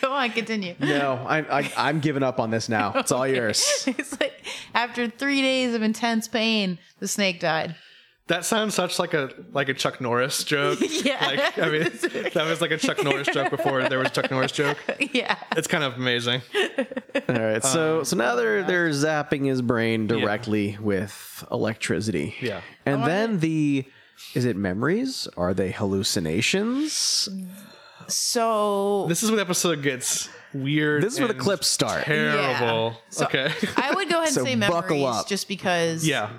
B: Go on, continue.
C: No, I, I, I'm giving up on this now. It's all yours.
B: it's like after three days of intense pain, the snake died.
A: That sounds such like a like a Chuck Norris joke.
B: Yeah.
A: Like I mean that was like a Chuck Norris joke before there was a Chuck Norris joke.
B: yeah.
A: It's kind of amazing.
C: All right, so so now
A: Uh,
C: they're they're zapping his brain directly with electricity.
A: Yeah. Oh,
C: and then the is it memories? Are they hallucinations?
B: So
A: This is where the episode gets weird.
C: This is where the
A: and
C: clips start.
A: Terrible.
B: Yeah. So
A: okay.
B: I would go ahead and
C: So
B: say
C: buckle
B: memories
C: up.
B: just because
A: yeah.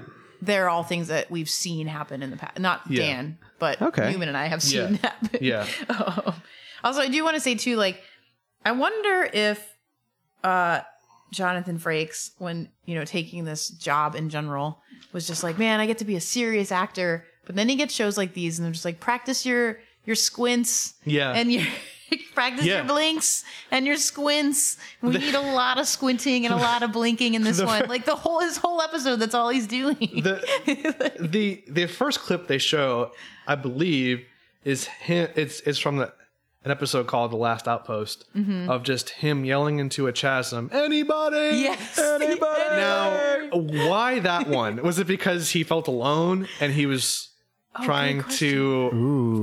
B: they're all things that we've seen happen in the past. Not
A: Yeah.
B: Dan, but
C: Okay.
B: Newman and I have seen
A: Yeah.
B: happen.
A: Yeah.
B: Um, also, I do want to say too, like, I wonder if uh, Jonathan Frakes, when you know taking this job in general, was just like, man, I get to be a serious actor. But then he gets shows like these, and they're just like, practice your your squints
A: Yeah.
B: and your. Practice
A: Yeah.
B: your blinks and your squints. We need a lot of squinting and a lot of blinking in this one. Like the whole his whole episode, that's all he's doing.
A: the the the first clip they show, I believe, is him. It's it's from the an episode called "The Last Outpost"
B: Mm-hmm.
A: of just him yelling into a chasm. Anybody?
B: Yes.
A: Anybody? now, why that one? Was it because he felt alone and he was
B: Oh,
A: trying to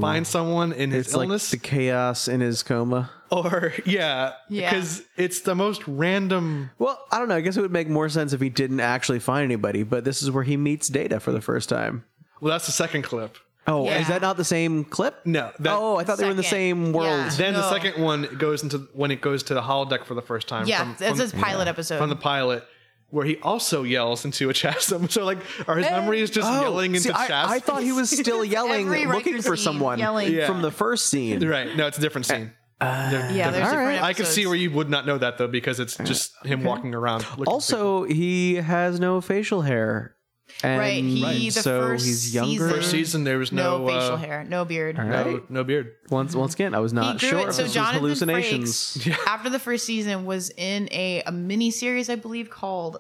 A: find someone in his
C: It's
A: illness?
C: like the chaos in his coma.
A: or yeah,
B: Yeah.
A: because it's the most random.
C: Well, I don't know. I guess it would make more sense if he didn't actually find anybody, but this is where he meets Data for the first time.
A: Well, that's the second clip.
C: Oh,
B: Yeah.
C: is that not the same clip?
A: No, that,
C: oh, I thought they were in the
B: Second.
C: same world.
B: Yeah.
A: Then the
B: No.
A: second one goes into when it goes to the holodeck for the first time.
B: yeah,
A: from-
B: that's
A: from-
B: his pilot episode.
A: from the pilot where he also yells into a chasm. So like, are
B: Eh,
A: his memories just
C: Oh,
A: yelling into
C: see, I,
A: chasm?
C: I thought he was still yelling,
B: Every
C: looking
B: Riker
C: for
B: scene,
C: someone
B: yelling.
A: Yeah.
C: from the first scene.
A: right. No, it's a different scene.
C: Uh,
B: yeah, there's
C: All
B: different
C: right.
A: I could see
B: episodes.
A: where you would not know that though because it's just him walking around. looking for
C: Uh, Also, he has no facial hair. And
B: Right, he- the
C: so
B: first
C: he's younger.
A: people. first
B: season-
A: season there was
B: Mm-hmm. no,
A: no,
B: facial
A: uh,
B: hair, no beard.
A: no, no beard.
C: Once, once again, I was
B: He
C: not
B: grew
C: sure
B: it.
C: if
B: So
C: this was
B: Jonathan
C: hallucinations.
B: Frakes, after the first season, was in a, a mini series, I believe, called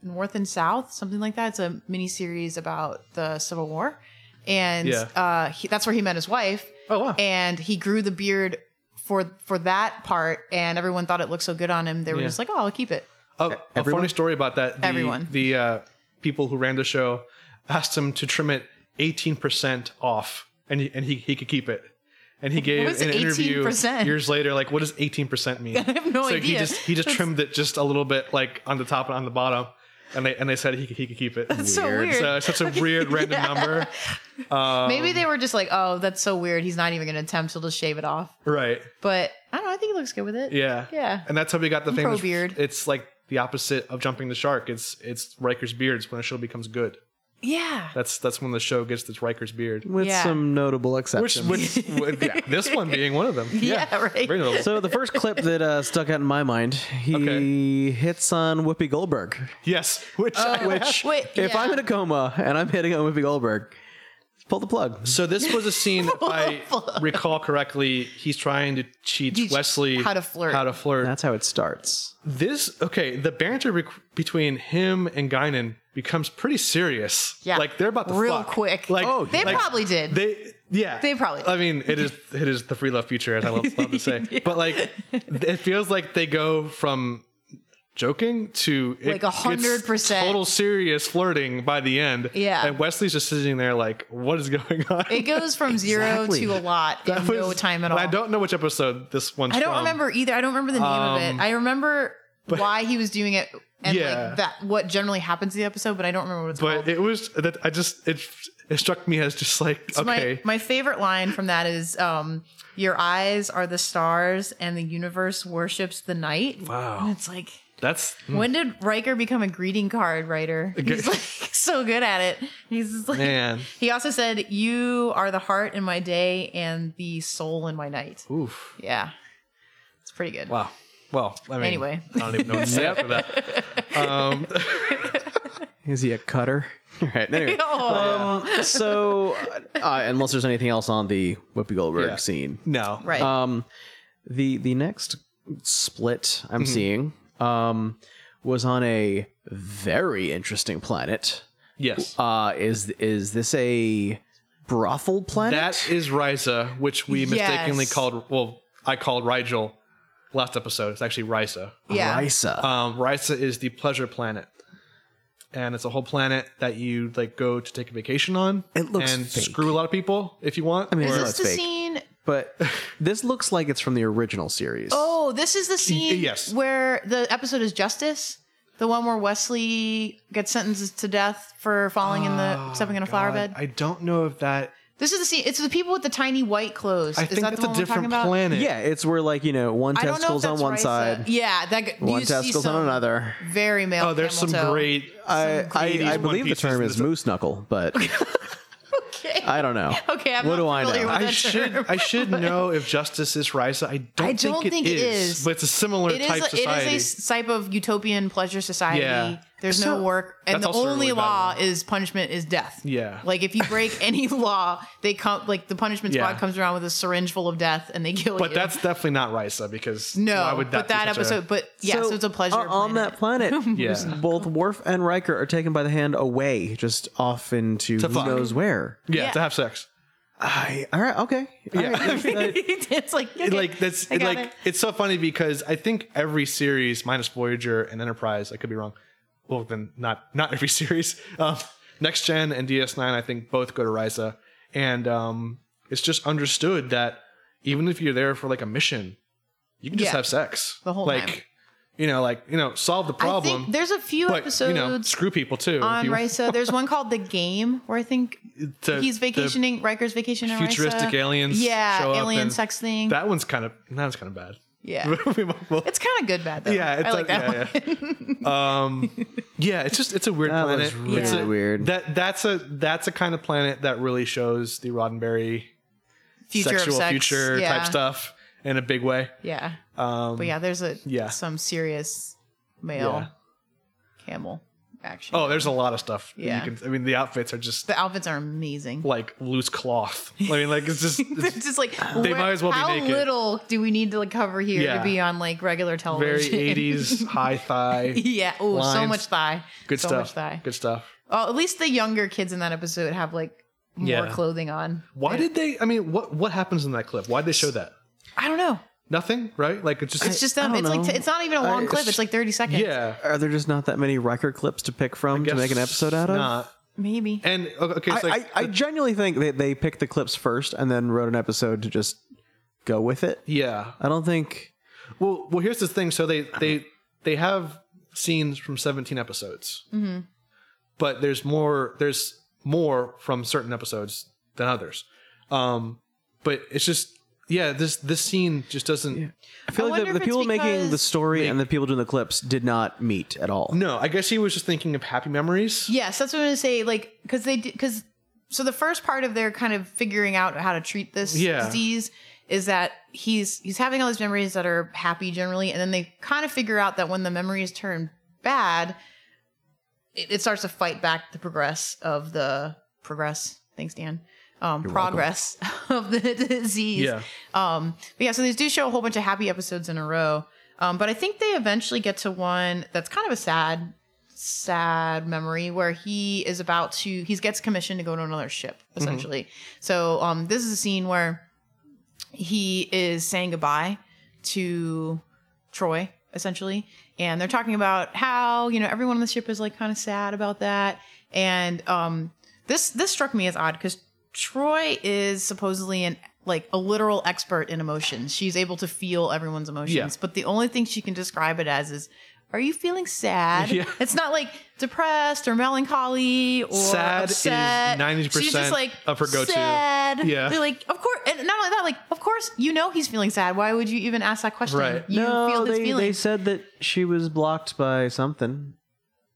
B: North and South, something like that. It's a mini series about the Civil War, and
A: Yeah.
B: uh, he, that's where he met his wife.
A: Oh, wow.
B: And he grew the beard for for that part, and everyone thought it looked so good on him. They were
A: Yeah.
B: just like, "Oh, I'll keep it."
A: Oh, a
C: everyone?
A: funny story about that. The,
B: Everyone.
A: The uh, people who ran the show asked him to trim it 18% off and he, and he, he could keep it. And he gave
B: was
A: an interview
B: 18%?
A: years later, like, what does 18% mean? I
B: have no
A: so he
B: idea.
A: just, he just trimmed it just a little bit, like on the top and on the bottom. and they and they said he could, he could keep it.
B: That's so Weird. weird.
A: So it's such a weird random number,
B: Maybe they were just like, "Oh, that's so weird. He's not even going to attempt. He'll just shave it off."
A: right?
B: But I don't know. I think he looks good with it.
A: Yeah,
B: Yeah.
A: And that's how we got the
B: Pro
A: famous
B: beard.
A: It's like the opposite of jumping the shark. It's it's Riker's beards when a show becomes good.
B: Yeah.
A: That's that's when the show gets its Riker's beard.
C: with
B: Yeah.
C: some notable
A: Which,
C: exceptions.
A: which would- yeah, this one being one of them.
B: Yeah, right.
A: Very notable.
C: so the first clip that uh, stuck out in my mind, he
A: Okay.
C: hits on Whoopi Goldberg.
A: yes, which I
C: Which,
B: Uh, Wait,
C: if
B: yeah.
C: I'm in a coma and I'm hitting on Whoopi Goldberg, pull the plug.
A: So this was a scene, if I recall correctly, he's trying to teach
B: Teach
A: Wesley
B: how to flirt.
A: How to flirt.
C: That's how it starts.
A: this okay, the banter rec- between him and Guinan becomes pretty serious.
B: Yeah.
A: like they're about to
B: Real
A: fuck.
B: quick.
A: Like
C: Oh,
B: They
A: like,
B: probably did.
A: They yeah.
B: They probably
A: I mean, it is it is the free love future as I love, love to say. But like, it feels like they go from joking to it
B: Like 100%.
A: gets total serious flirting by the end.
B: Yeah.
A: and Wesley's just sitting there like, what is going on?
B: it goes from zero
C: Exactly.
B: to a lot in
A: That was-
B: no time at
A: and
B: all.
A: I don't know which episode this one's
B: I don't
A: from. um,
B: remember either. I don't remember the name of it. I remember why he was doing it and
A: Yeah.
B: like that what generally happens in the episode, but I don't remember what it's
A: But
B: called.
A: it was that I just it it struck me as just like okay.
B: My my favorite line from that is um your eyes are the stars and the universe worships the night. And
A: wow. Hmm.
B: it's like
A: That's
B: when did Riker become a greeting card writer? He's like so good at it. He's just like
A: man.
B: He also said, "You are the heart in my day and the soul in my night."
A: Oof.
B: Yeah, it's pretty good.
A: Wow. Well, I mean,
B: Anyway.
A: I don't even know what to say after that. Um,
C: Is he a cutter? All right. Anyway.
B: Oh,
C: Um, so, uh, unless there's anything else on the Whoopi Goldberg
A: Yeah.
C: scene,
A: no,
B: right.
C: um, the the next split I'm
B: Mm-hmm.
C: seeing um, was on a very interesting planet.
A: Yes,
C: Uh, is is this a brothel planet?
A: that is Risa, which we mistakenly
B: Yes.
A: called. Well, I called Rigel last episode. It's actually Risa.
B: yeah. Uh,
C: Risa.
A: Um, Risa is the pleasure planet, and it's a whole planet that you like go to take a vacation on.
C: It looks
A: and
C: fake.
A: screw a lot of people if you want.
C: I mean,
B: Is
C: I know
B: this
C: it's
B: the
C: fake,
B: scene?
C: but this looks like it's from the original series.
B: Oh, this is the scene
A: yes.
B: where the episode is Justice, the one where Wesley gets sentenced to death for falling in the stepping in a flower bed.
A: Oh, I don't know if that.
B: this is the scene. It's the people with the tiny white clothes.
A: I
B: is
A: think
B: that
A: that's
B: the
A: a
B: one
A: different
B: we're talking
A: planet.
C: yeah, it's where like you know one
B: About? I don't know if
C: testicles
B: that's
C: on one
B: Risa.
C: side,
B: Yeah, that g-
C: one
B: you see
C: testicles
B: some
C: on another.
B: Very male.
A: Oh, there's
B: camel
A: some
B: toe.
A: great.
C: I,
A: great
C: I, I
A: One
C: believe the
A: Piece
C: term
A: is-
C: is moose knuckle, but
B: Okay.
C: I don't know.
B: Okay, I'm
C: What
B: not
C: do I
B: familiar
C: know?
B: with
A: I
B: that
A: should
B: term.
A: I should know if justice is Risa. I don't,
B: I don't think it is.
A: but it's a similar
B: It is,
A: type
B: a,
A: society.
B: it is a type of utopian pleasure society.
A: Yeah.
B: There's
A: So-
B: no work, and
A: That's
B: the
A: also a
B: only
A: really bad
B: law
A: one.
B: is punishment is death.
A: Yeah.
B: like if you break any law, they come like the punishment squad
A: Yeah.
B: comes around with a syringe full of death and they kill
A: But
B: you.
A: that's definitely not Risa because
B: no,
A: Why would that
B: but that
A: be such
B: episode,
A: A,
B: but yeah, so, it's a pleasure
C: on- on
B: planet.
C: that planet.
A: yeah,
C: Both Worf and Riker are taken by the hand away, just off into who
A: fuck.
C: knows where.
A: yeah,
B: Yeah.
A: to have sex.
C: I all right, okay, All
A: Yeah.
C: right, that-
B: it's like okay,
A: It, like that's
B: I
A: it,
B: got
A: like
B: it.
A: it's so funny because I think every series minus Voyager and Enterprise. I could be wrong. Well, then not not every series. Um, Next Gen and DS9, I think both go to Risa, and um, it's just understood that even if you're there for like a mission, you can just
B: Yeah.
A: have sex
B: The whole
A: like.
B: time.
A: You know, like you know, solve the
B: I
A: problem.
B: think there's a few
A: but
B: episodes
A: you know, screw people too. if
B: on
A: you-
B: Risa. There's one called The Game where I think
A: the-
B: he's
A: the
B: vacationing, Riker's vacation in
A: Futuristic
B: Risa.
A: aliens.
B: Yeah,
A: show up
B: alien
A: and-
B: sex thing.
A: That one's kind of that one's kind of bad.
B: yeah.
A: We won't- we'll-
B: It's kind of good bad though.
A: Yeah, it's
B: I like
A: a-
B: that one.
A: yeah, yeah. um, yeah, it's just it's a weird
C: That
A: planet.
C: was really
B: Yeah.
C: weird.
A: That that's a that's a kind of planet that really shows the Roddenberry
B: Future of
A: sexual
B: sex.
A: future
B: yeah.
A: type stuff in a big way.
B: Yeah.
A: Um,
B: But yeah, there's a
A: Yeah.
B: some serious male camel action.
A: Oh, there's a lot of stuff. that
B: Yeah.
A: You can, I mean, the outfits are just
B: The outfits are amazing.
A: like loose cloth. I mean, like it's just it's
B: It's just like
A: They
B: where-
A: might as well be
B: how
A: naked.
B: little do we need to like cover here
A: Yeah.
B: to be on like regular
A: very
B: television?
A: 80s high thigh.
B: yeah. Oh, so
A: lines.
B: much thigh.
A: Good
B: so
A: stuff.
B: much thigh.
A: Good stuff.
B: Oh, at least the younger kids in that episode have like more
A: Yeah.
B: clothing on.
A: Why did they? I mean, what what happens in that clip? Why did they show that?
B: I don't know.
A: Nothing, right? Like it's just
B: It's just them.
C: I
B: It's
C: don't
B: like
C: know.
B: t- it's not even a long
C: I-
B: clip. It's like thirty seconds.
A: yeah.
C: Are there just not that many Riker clips to pick from to make an episode out of?
A: Not.
B: maybe.
A: And okay,
C: I,
A: so like,
C: I, I genuinely think they, they picked the clips first and then wrote an episode to just go with it.
A: yeah.
C: I don't think
A: Well, well, here's the thing. So they they they have scenes from 17 episodes.
B: Mm-hmm.
A: But there's more there's more from certain episodes than others. Um but it's just yeah, this this scene just doesn't
C: I feel
B: I
C: like
B: wonder
C: the,
B: if
C: the
B: it's
C: people making the
B: because-
C: story and the people doing the clips did not meet at all.
A: No, I guess he was just thinking of happy memories.
B: Yes, that's what I'm gonna say. Like, because they because so the first part of their kind of figuring out how to treat this
A: Yeah.
B: disease is that he's he's having all these memories that are happy generally, and then they kind of figure out that when the memories turn bad, it, it starts to fight back the progress of the progress. Thanks, Dan. Um, progress of the disease.
A: Yeah.
B: Um, but yeah, so these do show a whole bunch of happy episodes in a row. Um, but I think they eventually get to one that's kind of a sad, sad memory where he is about to he gets commissioned to go to another ship essentially. So um, this is a scene where he is saying goodbye to Troy essentially, and they're talking about how you know everyone on the ship is like kind of sad about that. And um, this this struck me as odd because Troy is supposedly an like a literal expert in emotions. She's able to feel everyone's emotions,
A: Yeah.
B: but the only thing she can describe it as is. Are you feeling sad?
A: Yeah.
B: It's not like depressed or melancholy or
A: Sad is
B: upset.
A: 90%
B: She's just like
A: of her go-to.
B: Sad.
A: Yeah.
B: They're like, of course, and not only that, like, of course, you know he's feeling sad. Why would you even ask that question?
A: Right.
B: You
C: no,
B: feel his
C: they,
B: feelings.
C: they said that she was blocked by something.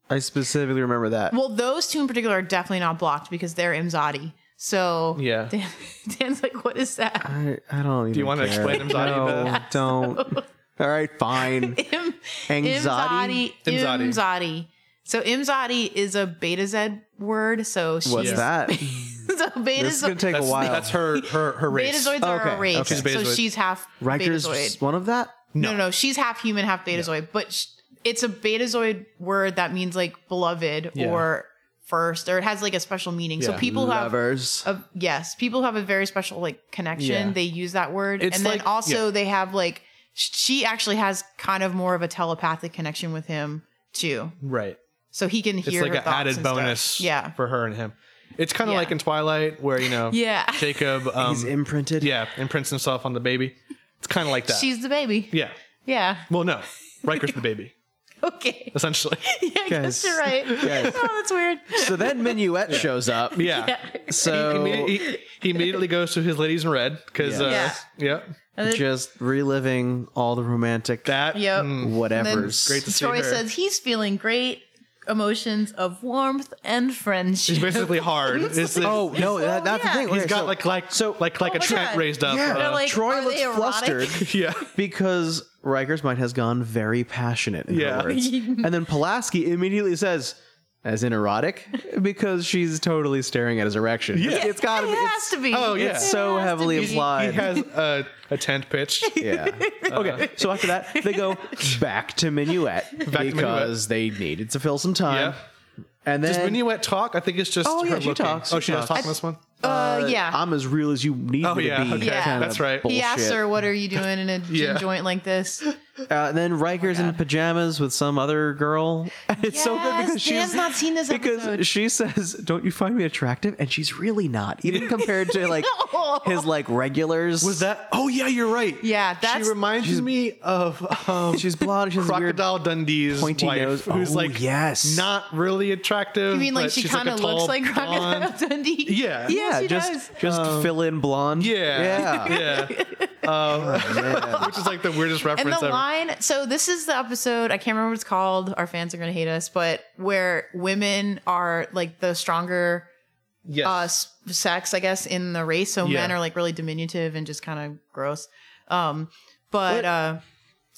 C: I specifically remember that.
B: Well, those two in particular are definitely not blocked because they're Imzadi. So
A: Yeah.
B: Dan, Dan's like, what is that?
C: I, I don't even. Do
A: you wanna explain anxiety
C: No,
A: better?
C: don't. All right, fine.
B: Im,
C: Anxiety?
B: Imzadi.
A: Imzadi.
B: Imzadi. So Imzadi is a Beta Z word. So she's
C: What's that?
B: so Beta
C: this is gonna take a
A: That's,
C: while.
A: that's her her her race.
B: Betazoids are
C: Okay,
B: a race.
C: okay.
A: She's
B: So
A: Betazoid.
B: she's half
C: Riker's
B: Betazoid.
C: one of that.
B: No, no, no. She's half human, half betazoid, but sh- it's a betazoid word that means like beloved
A: Yeah.
B: or first, or it has like a special meaning. So
A: Yeah.
B: people who have,
C: Lovers.
B: a, yes, people who have a very special like connection.
A: Yeah.
B: They use that word.
A: It's
B: and then
A: like-
B: also
A: yeah.
B: they have like, sh- she actually has kind of more of a telepathic connection with him too.
A: Right.
B: So he can
A: It's
B: hear
A: like
B: her
A: an
B: thoughts
A: added
B: and
A: bonus
B: Stuff. Yeah.
A: for her and him. It's kind of
B: Yeah.
A: like in Twilight where, you know,
B: Yeah.
A: Jacob um,
C: He's imprinted.
A: yeah, imprints himself on the baby. It's kind of like that.
B: She's the baby.
A: yeah.
B: Yeah.
A: Well, no. Riker's the baby,
B: Okay.
A: essentially.
B: Yeah, I
C: Guys.
B: guess you're right.
C: Guys.
B: Oh, that's weird.
C: So then Minuet shows up.
A: Yeah.
C: So
A: Immedi- he, he immediately goes to his ladies in red because,
C: Yeah.
A: uh,
B: Yeah.
A: yeah.
B: And then
C: just reliving all the romantic
A: that.
B: Yep.
A: mm,
C: whatever's.
A: Great to see
B: Troy
A: her.
B: says he's feeling great emotions of warmth and friendship.
A: He's basically hard. It's,
C: oh no, that, that's
B: yeah.
C: the thing.
B: He's
A: he's
C: Okay,
A: got
C: so-
A: like like so like like
B: Oh
A: a
B: my
A: Trent
B: God.
A: raised up.
C: Yeah.
A: uh,
B: They're like,
C: Troy
B: are
C: looks
B: they erotic?
C: flustered
A: yeah.
C: because Riker's mind has gone very passionate in
A: Yeah.
C: her words, and then Pulaski immediately says, "As in erotic," because she's totally staring at his erection.
A: Yeah.
C: it's got to
B: It
C: be.
B: has
C: It's,
B: to be.
A: oh, yeah.
B: It
A: It's
C: so
B: has to
C: heavily
B: be.
A: He, he
C: Slide.
A: has a, a tent pitch.
C: yeah. Okay. So after that, they go back to Minuet
A: Minuet.
C: because they needed to fill some time.
A: Yeah.
C: And then
A: Does Minuet talk? I think it's just.
C: Oh, yeah,
A: her
C: she
A: looking.
C: talks,
A: Oh,
C: she
A: she does talk
C: talks.
A: in this one.
B: Uh, yeah.
C: I'm as real as you need
A: Oh,
C: me
A: yeah,
C: to be.
A: okay.
B: Yeah.
C: kinda
A: That's right.
B: He asks
C: bullshit.
B: her, "What are you doing in a gin
A: Yeah.
B: joint like this?"
C: Uh, and then Riker's in
B: "Oh God.
C: pajamas with some other girl. And it's so good
B: Yes,
C: because she's
B: Dan's not seen this
C: because
B: episode.
C: she says, "Don't you find me attractive?" And she's really not, even compared to like
B: No.
C: his like regulars.
A: Was that? Oh yeah, you're right.
B: Yeah, that's-
A: she reminds me of um,
C: She's blonde. She's weird.
A: Crocodile Dundee's
C: pointy
A: wife,
C: nose.
A: who's
C: Oh,
A: like
C: yes.
A: not really attractive.
B: I mean, like
A: but
B: she
A: she's like
B: kind
A: a
B: of
A: tall
B: looks like Crocodile
A: blonde.
B: Dundee.
A: Yeah.
C: Yeah,
B: she
C: just
B: does.
C: just fill in blonde.
A: Um, Yeah, yeah,
C: Oh,
A: yeah. Um, which is like the weirdest
B: And
A: reference
B: the
A: ever.
B: line, so this is the episode, I can't remember what it's called. Our fans are going to hate us, but where women are like the stronger
A: yes.
B: uh, s- sex, I guess, in the race. So men
A: Yeah.
B: are like really diminutive and just kind of gross. Um, but
C: What?
B: uh,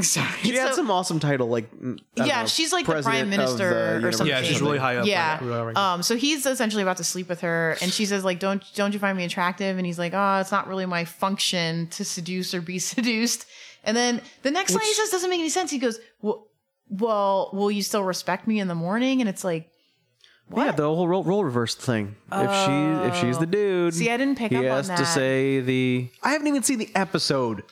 B: sorry,
C: She had
B: So-
C: some awesome title, like mm, I don't
B: yeah,
C: know,
B: she's like the
C: president
B: prime
C: of
B: minister
C: the
B: or something.
A: Yeah, she's really high up on
B: Yeah.
A: that ranking.
B: Um, so he's essentially about to sleep with her, and she says like, "Don't don't you find me attractive?" And he's like, "Oh, it's not really my function to seduce or be seduced." And then the next line he says doesn't make any sense. He goes, "Well, well, will you still respect me in the morning?" And it's like,
C: Yeah, the whole role, role reverse thing. if she if she's the dude,
B: Oh. See, I didn't pick
C: he
B: up on
C: has to
B: that.
C: say the. I haven't even seen the episode.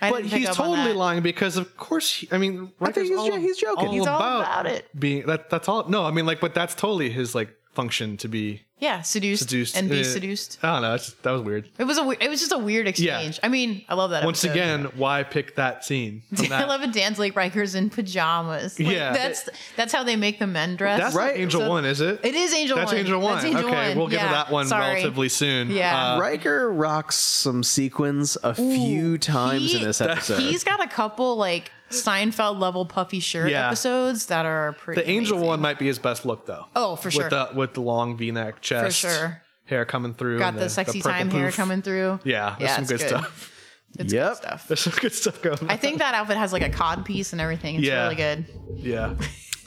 B: I
A: but
B: didn't pick
A: he's
B: up on
A: totally
B: that.
A: lying because, of course, he, I mean,
C: think
A: Riker's
C: he's
A: all,
C: jo- he's joking.
A: all
C: He's
B: all
A: about,
B: about it.
A: Being that, that's all. No, I mean, like, but that's totally his like function to be
B: Yeah, seduced,
A: seduced
B: and be
A: Uh,
B: seduced.
A: I don't know. That's, that was weird.
B: It was a we- it was just a weird exchange. I mean, I love that.
A: Once
B: episode.
A: again, why pick that scene? from
B: I
A: that?
B: love it. Danzig Rikers in pajamas. Like,
A: Yeah.
B: that's that's how they make the men dress.
A: That's
C: Right.
A: right. Angel
B: So-
A: One, is it?
B: it is Angel
A: That's
B: One.
A: Angel One.
B: That's Angel
A: okay,
B: One.
A: we'll get
B: Yeah.
A: to that one
B: Sorry.
A: relatively soon.
B: Yeah.
A: Uh,
C: Riker rocks some sequins a few times
B: He-
C: in this episode.
B: He's got a couple like Seinfeld level puffy shirt
A: Yeah.
B: episodes that are pretty.
A: the Angel
B: amazing.
A: One might be his best look though.
B: Oh, for sure.
A: With the with the long V-neck chest,
B: sure.
A: hair coming through,
B: got
A: and
B: the, sexy
A: purple
B: time hair
A: poof.
B: coming through.
A: Yeah, there's
B: Yeah,
A: some
B: it's
A: good,
B: good.
A: stuff.
B: It's
C: Yep.
B: good stuff.
A: There's some good stuff going. On.
B: I think that outfit has like a cod piece and everything. It's
A: Yeah.
B: really good.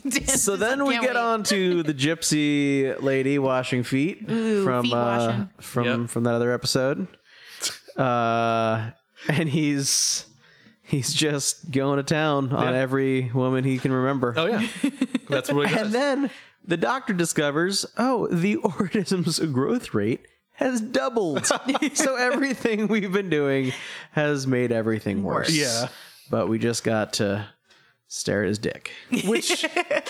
A: yeah.
C: so then we
B: Can't
C: get
B: wait.
C: on to the gypsy lady washing feet from
B: feet
C: uh,
B: washing.
C: from
A: Yep.
C: from that other episode. Uh, and he's he's just going to town on
A: Yeah.
C: every woman he can remember.
A: Oh yeah. That's what he
C: And
A: does.
C: then the doctor discovers, oh, the organism's growth rate has doubled. so everything we've been doing has made everything worse.
A: Yeah.
C: But we just got to stare at his dick.
A: Which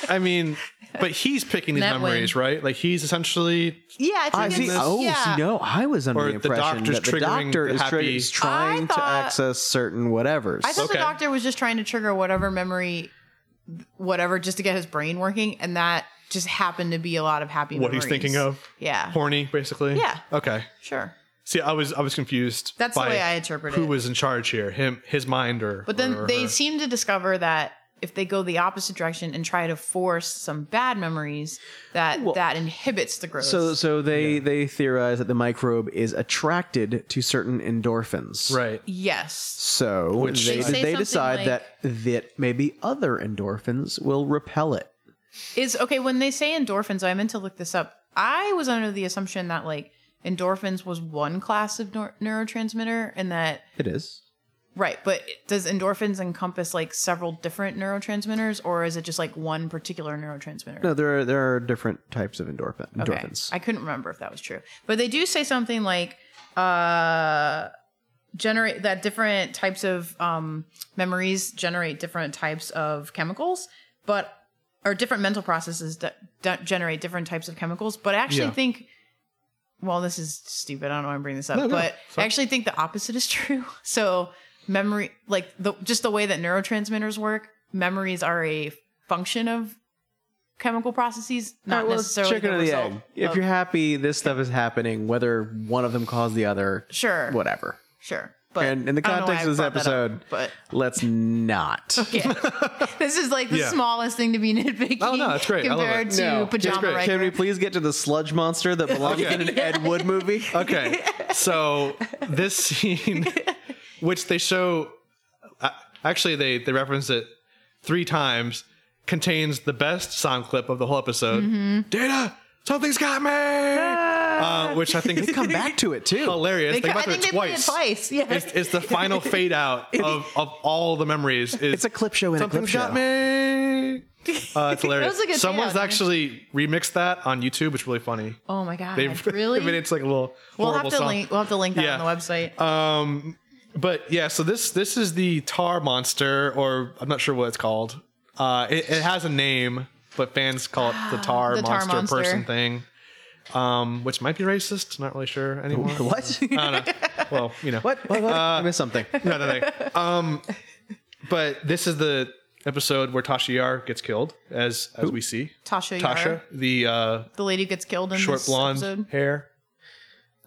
A: I mean, but he's picking these
B: That
A: memories, right? Like he's essentially
B: Yeah, I think
C: I
B: it's,
C: see. Oh,
B: yeah.
C: see, no, I was under
A: Or
C: the
A: the
C: impression
A: doctor's
C: that the
A: triggering
C: doctor
A: the
C: is, tri-
A: happy-
C: is trying
B: I thought-
C: to access certain whatevers.
B: I thought
A: Okay.
B: the doctor was just trying to trigger whatever memory, whatever, just to get his brain working, and that just happened to be a lot of happy.
A: What he's
B: memories.
A: thinking of?
B: Yeah,
A: horny, basically.
B: Yeah.
A: Okay.
B: sure.
A: See, I was I was confused.
B: That's the
A: by
B: way I interpret
A: Who
B: it.
A: was in charge here? Him, his mind, or
B: But then
A: or
B: they
A: her?
B: seem to discover that if they go the opposite direction and try to force some bad memories, that that inhibits the growth.
C: so, so they they theorize that the microbe is attracted to certain endorphins.
A: right.
B: yes,
C: So
B: They
C: they,
B: say
C: they,
B: something
C: decide
B: like-
C: that that maybe other endorphins will repel it.
B: is okay. When they say endorphins, I meant to look this up. I was under the assumption that like endorphins was one class of nor- neurotransmitter, and that
C: It is.
B: Right, but does endorphins encompass like several different neurotransmitters, or is it just like one particular neurotransmitter?
C: No, there are there are different types of endorphin, endorphins.
B: I couldn't remember if that was true, but they do say something like uh, generate that different types of um, memories generate different types of chemicals, but or different mental processes that, that generate different types of chemicals. But I actually
A: Yeah.
B: think, well, this is stupid. I don't know why I'm bringing this up,
A: No, no,
B: but
A: fine.
B: I actually think the opposite is true. So memory, like the just the way that neurotransmitters work, memories are a function of chemical processes, not
C: All right, well, let's
B: necessarily
C: chicken
B: the
C: or the
B: result.
C: egg. If
B: of-
C: you're happy, this stuff is happening, whether one of them caused the other,
B: sure,
C: whatever.
B: sure. But
C: And in the
B: I don't know why I
C: context of this
B: brought that up,
C: episode-
B: but
C: Let's not.
B: yeah. this is like the
A: Yeah.
B: smallest thing to be nitpicky.
A: Oh, no, it's great. I love it.
B: Compared to
C: No, it's
B: pajama
A: great.
B: Riker.
C: Can we please get to the sludge monster that belongs
A: Okay.
C: in an Ed Wood movie?
A: Okay. so this scene, which they show, uh, actually they they reference it three times, contains the best sound clip of the whole episode. Data, something's got me. Uh, which I think is
C: Come back to it too.
A: hilarious.
B: They
A: They,
B: ca-
A: got
B: I
A: to
B: think
A: it
B: they played it
A: twice.
B: twice. Yeah.
A: It's, it's the final fade out of, of all the memories. Is
C: It's a clip show in a clip
A: Something's
C: show.
A: got me. Uh, it's hilarious.
B: was a good
A: Someone's
B: payout,
A: actually remixed that on YouTube. It's really funny.
B: oh my god!
A: They've
B: really?
A: I mean, it's like a little
B: we'll have
A: horrible
B: to
A: song.
B: link. We'll have to link that
A: Yeah.
B: on the website.
A: Um, but yeah, so this this is the tar monster, or I'm not sure what it's called. Uh, it, it has a name, but fans call it the tar,
B: The tar
A: monster,
B: monster.
A: person thing. Um, which might be racist. Not really sure anymore.
C: What?
A: I don't know. Well, you know
C: what? What? what? I missed something.
A: no, no, no. Um, but this is the episode where Tasha Yar gets killed, as as we see.
B: Tasha,
A: Tasha,
B: Yar,
A: the uh,
B: the lady who gets killed in
A: short
B: this
A: blonde
B: episode.
A: hair.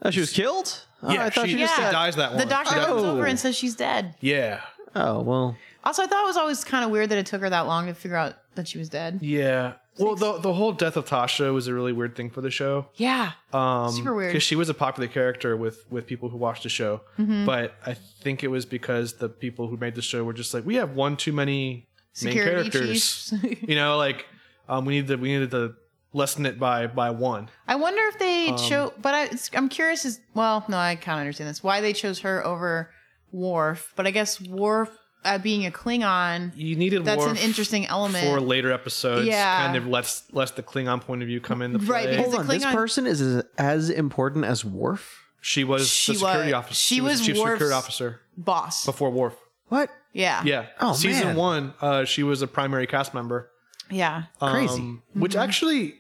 C: Oh, she was killed. Oh, I thought she,
A: she,
C: just
A: she
B: Yeah.
C: died.
A: dies that one.
B: The doctor
A: She dies-
B: comes
C: Oh.
B: over and says she's dead.
A: yeah,
C: Oh well.
B: Also, I thought it was always kind of weird that it took her that long to figure out that she was dead.
A: yeah. Well, the the whole death of Tasha was a really weird thing for the show.
B: Yeah.
A: Um,
B: Super weird.
A: because she was a popular character with with people who watched the show.
B: Mm-hmm.
A: But I think it was because the people who made the show were just like, we have one too many main
B: Security
A: characters.
B: chiefs.
A: you know, like um, we need to we needed to lessen it by by one.
B: I wonder if they
A: Um,
B: chose, but I, it's- I'm curious. Is well, no, I kind of understand this. Why they chose her over Worf, but I guess Worf uh, being a Klingon,
A: you needed
B: that's an
A: Worf
B: interesting element.
A: for later episodes.
B: Yeah.
A: kind of lets lets the Klingon point of view come into play.
B: Right, because-
C: Hold
B: the
C: on. This
B: Klingon-
C: person is as, as important as Worf.
A: she was
B: She
A: the security
B: was-
A: officer.
B: she was
A: the chief
B: Worf's-
A: security officer
B: Boss.
A: before Worf.
C: What?
B: yeah.
A: Yeah,
C: Oh,
A: season
C: man.
A: one, uh, she was a primary cast member.
B: Yeah.
A: Um,
C: Crazy.
B: Mm-hmm.
A: Which actually,